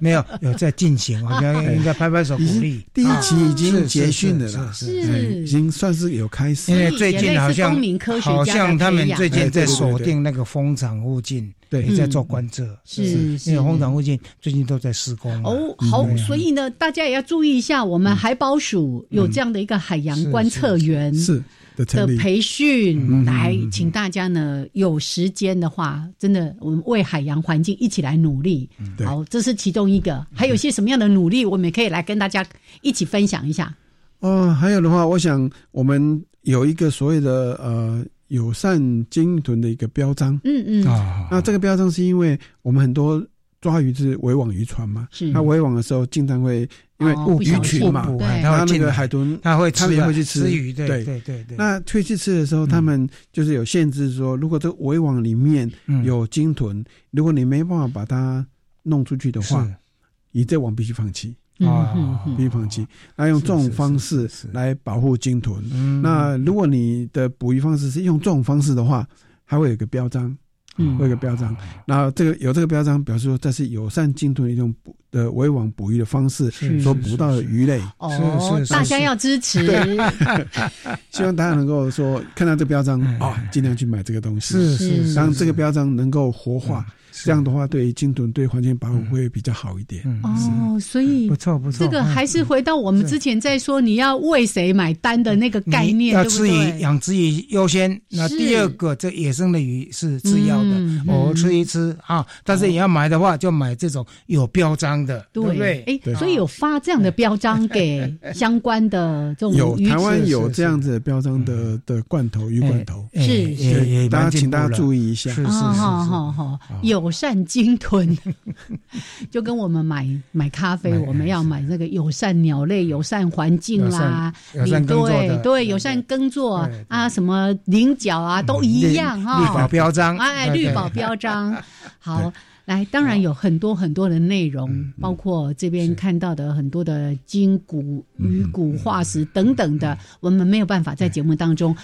[SPEAKER 3] 没有有在进行，我 觉得应该拍拍手鼓励。
[SPEAKER 6] 第一期哎已
[SPEAKER 3] 是
[SPEAKER 6] 经
[SPEAKER 3] 是
[SPEAKER 6] 结训了
[SPEAKER 3] 是
[SPEAKER 6] 啦，
[SPEAKER 2] 啊
[SPEAKER 3] 是哎
[SPEAKER 2] 是
[SPEAKER 6] 哎已经算是有开始
[SPEAKER 3] 因为
[SPEAKER 6] 了。
[SPEAKER 3] 最近好
[SPEAKER 2] 也类似
[SPEAKER 3] 像
[SPEAKER 2] 公民科学家的
[SPEAKER 3] 好像他们最
[SPEAKER 6] 哎
[SPEAKER 3] 近在锁
[SPEAKER 6] 培
[SPEAKER 3] 定那个风场附近，
[SPEAKER 2] 嗯
[SPEAKER 6] 对
[SPEAKER 3] 也在做观测，
[SPEAKER 2] 是
[SPEAKER 3] 因为
[SPEAKER 2] 是
[SPEAKER 3] 风场附近最近都在施工
[SPEAKER 2] 嗯
[SPEAKER 3] 啊
[SPEAKER 2] 哦，好
[SPEAKER 3] 对，啊
[SPEAKER 2] 所以呢，大家也要注意一下，我
[SPEAKER 3] 嗯
[SPEAKER 2] 们海保署有这样的一个海洋观测员
[SPEAKER 6] 是的
[SPEAKER 2] 的
[SPEAKER 6] 成立。嗯
[SPEAKER 2] 培训，来，请大家呢有时间的话，真的我们为海洋环境一起来努力。
[SPEAKER 6] 对
[SPEAKER 2] 好，这是其中一个，还有些什么样的努力，我们也可以来跟大家一起分享一下。
[SPEAKER 6] 哦，还有的话，我想我们有一个所谓的呃友善鲸豚的一个标章。
[SPEAKER 2] 嗯嗯，
[SPEAKER 3] 啊，
[SPEAKER 6] 那这个标章是因为我们很多抓鱼是围网渔船嘛，
[SPEAKER 3] 嗯
[SPEAKER 2] 是
[SPEAKER 6] 那围网的时候经常会因为
[SPEAKER 2] 哦
[SPEAKER 6] 误
[SPEAKER 2] 不
[SPEAKER 6] 鱼
[SPEAKER 2] 小心
[SPEAKER 6] 群嘛，
[SPEAKER 3] 不
[SPEAKER 2] 对
[SPEAKER 3] 它
[SPEAKER 6] 它
[SPEAKER 3] 会
[SPEAKER 6] 那
[SPEAKER 3] 进
[SPEAKER 6] 个
[SPEAKER 3] 来
[SPEAKER 6] 海豚，
[SPEAKER 3] 它会吃
[SPEAKER 6] 它们也
[SPEAKER 3] 啊
[SPEAKER 6] 会去吃
[SPEAKER 3] 鱼，对
[SPEAKER 6] 对
[SPEAKER 3] 对对对。嗯
[SPEAKER 6] 那去去吃的时候，他们就是有限制说，如果这个围网里面
[SPEAKER 3] 嗯
[SPEAKER 6] 有鲸豚，如果你没办法把它弄出去的
[SPEAKER 3] 是
[SPEAKER 6] 话，你这网必须放弃，
[SPEAKER 2] 嗯
[SPEAKER 3] 啊
[SPEAKER 2] 嗯嗯
[SPEAKER 6] 必须放弃。那用
[SPEAKER 3] 是
[SPEAKER 6] 这种
[SPEAKER 3] 是
[SPEAKER 6] 方
[SPEAKER 3] 是
[SPEAKER 6] 式
[SPEAKER 3] 是
[SPEAKER 6] 来保护鲸豚。
[SPEAKER 3] 嗯
[SPEAKER 6] 那如果你的捕鱼方式是用这种方式的话，还会有一个标章，
[SPEAKER 2] 嗯
[SPEAKER 6] 会有一个标章。那这个有这个标章，表示说这是友善鲸豚的一种捕的围网捕鱼的方式
[SPEAKER 3] 是
[SPEAKER 6] 所
[SPEAKER 3] 是是
[SPEAKER 6] 捕到的
[SPEAKER 3] 是
[SPEAKER 6] 鱼类。
[SPEAKER 2] 哦
[SPEAKER 3] 是是，是
[SPEAKER 2] 大家要支持。
[SPEAKER 6] 希望大家能够说看到这标章哦，尽量去买这个东西。
[SPEAKER 3] 嗯是是是，
[SPEAKER 6] 让这个
[SPEAKER 3] 是
[SPEAKER 6] 标章能够活化，
[SPEAKER 3] 嗯是
[SPEAKER 6] 这样的话对于鲸豚对环境保护会比较好一点。
[SPEAKER 3] 嗯
[SPEAKER 2] 哦，所以
[SPEAKER 3] 不错不错，
[SPEAKER 2] 这
[SPEAKER 3] 嗯
[SPEAKER 6] 嗯
[SPEAKER 2] 个还是回到我们之前在说你要为谁买单的那个概
[SPEAKER 3] 你
[SPEAKER 2] 念，
[SPEAKER 6] 嗯
[SPEAKER 3] 要
[SPEAKER 2] 对不
[SPEAKER 3] 吃鱼，
[SPEAKER 2] 对？
[SPEAKER 3] 养殖鱼优先。那
[SPEAKER 2] 是
[SPEAKER 3] 第二个，这野生的鱼是制药的
[SPEAKER 2] 嗯，
[SPEAKER 3] 我
[SPEAKER 2] 嗯
[SPEAKER 3] 吃一吃啊。但是也要买的话，就买这种有标章的，对不对？
[SPEAKER 2] 哎，所以有发这样的标章给相关的这种
[SPEAKER 6] 有
[SPEAKER 2] 鱼
[SPEAKER 6] 台湾
[SPEAKER 2] 池
[SPEAKER 6] 有这样子的标章的的罐头鱼罐头，
[SPEAKER 3] 哎嗯哎
[SPEAKER 2] 是
[SPEAKER 3] 也
[SPEAKER 2] 是
[SPEAKER 3] 也
[SPEAKER 6] 大家
[SPEAKER 3] 蛮进
[SPEAKER 6] 请
[SPEAKER 3] 步
[SPEAKER 6] 大家
[SPEAKER 3] 了
[SPEAKER 6] 注意一下。
[SPEAKER 3] 是是
[SPEAKER 2] 哦
[SPEAKER 3] 是啊
[SPEAKER 2] 好好好，友善鲸豚， 就跟我们买买咖啡，我们要买那个友善鸟类、友善环境啦，
[SPEAKER 3] 友善
[SPEAKER 2] 你
[SPEAKER 3] 友善耕作
[SPEAKER 2] 对
[SPEAKER 3] 的
[SPEAKER 2] 对，友善耕作
[SPEAKER 3] 对对嗯
[SPEAKER 2] 啊，什么菱角啊，都一样哈。
[SPEAKER 3] 绿绿保标章
[SPEAKER 2] 哎，
[SPEAKER 3] 对
[SPEAKER 2] 绿
[SPEAKER 3] 对
[SPEAKER 2] 保标 章，好。来，当然有很多很多的内
[SPEAKER 3] 嗯
[SPEAKER 2] 容，包括这边看到的很多的筋骨、
[SPEAKER 3] 嗯
[SPEAKER 2] 鱼骨、化石等等的，我们没有办法在节目当中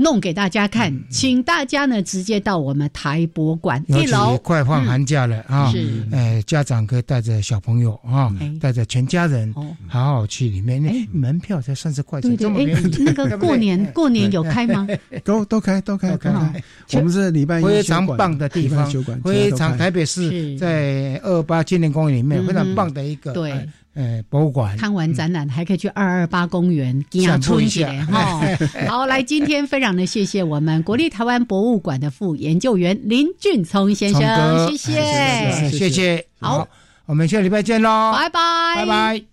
[SPEAKER 2] 弄给大家
[SPEAKER 3] 嗯
[SPEAKER 2] 看，请大家呢直接到我们台博馆
[SPEAKER 3] 尤
[SPEAKER 2] 一
[SPEAKER 3] 其
[SPEAKER 2] 楼。
[SPEAKER 3] 快放寒假了
[SPEAKER 2] 嗯
[SPEAKER 3] 啊
[SPEAKER 2] 是，哎
[SPEAKER 3] 呃，家长可以带着小朋友啊，带着全家人好好去里面，哎，门票才三十块
[SPEAKER 2] 嗯对
[SPEAKER 3] 钱，
[SPEAKER 2] 对
[SPEAKER 3] 这，么
[SPEAKER 2] 哎
[SPEAKER 3] 便 宜，，
[SPEAKER 2] 那个
[SPEAKER 3] 对不对
[SPEAKER 2] 过年过年有开 吗？
[SPEAKER 6] 都都开都开
[SPEAKER 3] 都 开
[SPEAKER 6] 我们是礼拜一
[SPEAKER 3] 非
[SPEAKER 6] 休
[SPEAKER 3] 常
[SPEAKER 6] 馆
[SPEAKER 3] 棒的地
[SPEAKER 6] 礼拜
[SPEAKER 3] 方
[SPEAKER 6] 休馆，
[SPEAKER 3] 非
[SPEAKER 6] 其他都
[SPEAKER 3] 常
[SPEAKER 6] 开
[SPEAKER 3] 台北市在二八纪念公园里面非常棒的一个
[SPEAKER 2] 嗯对，
[SPEAKER 3] 呃博物馆，
[SPEAKER 2] 看完展览还可以去二二八公园
[SPEAKER 3] 散步一下
[SPEAKER 2] 哈。 好，来，今天非常的谢谢我们国立台湾博物馆的副研究员林俊聪先
[SPEAKER 3] 聪哥
[SPEAKER 2] 生，谢谢，
[SPEAKER 3] 哎谢谢，谢谢，
[SPEAKER 2] 好，
[SPEAKER 3] 我们下礼拜见喽，
[SPEAKER 2] 拜拜，
[SPEAKER 3] 拜拜。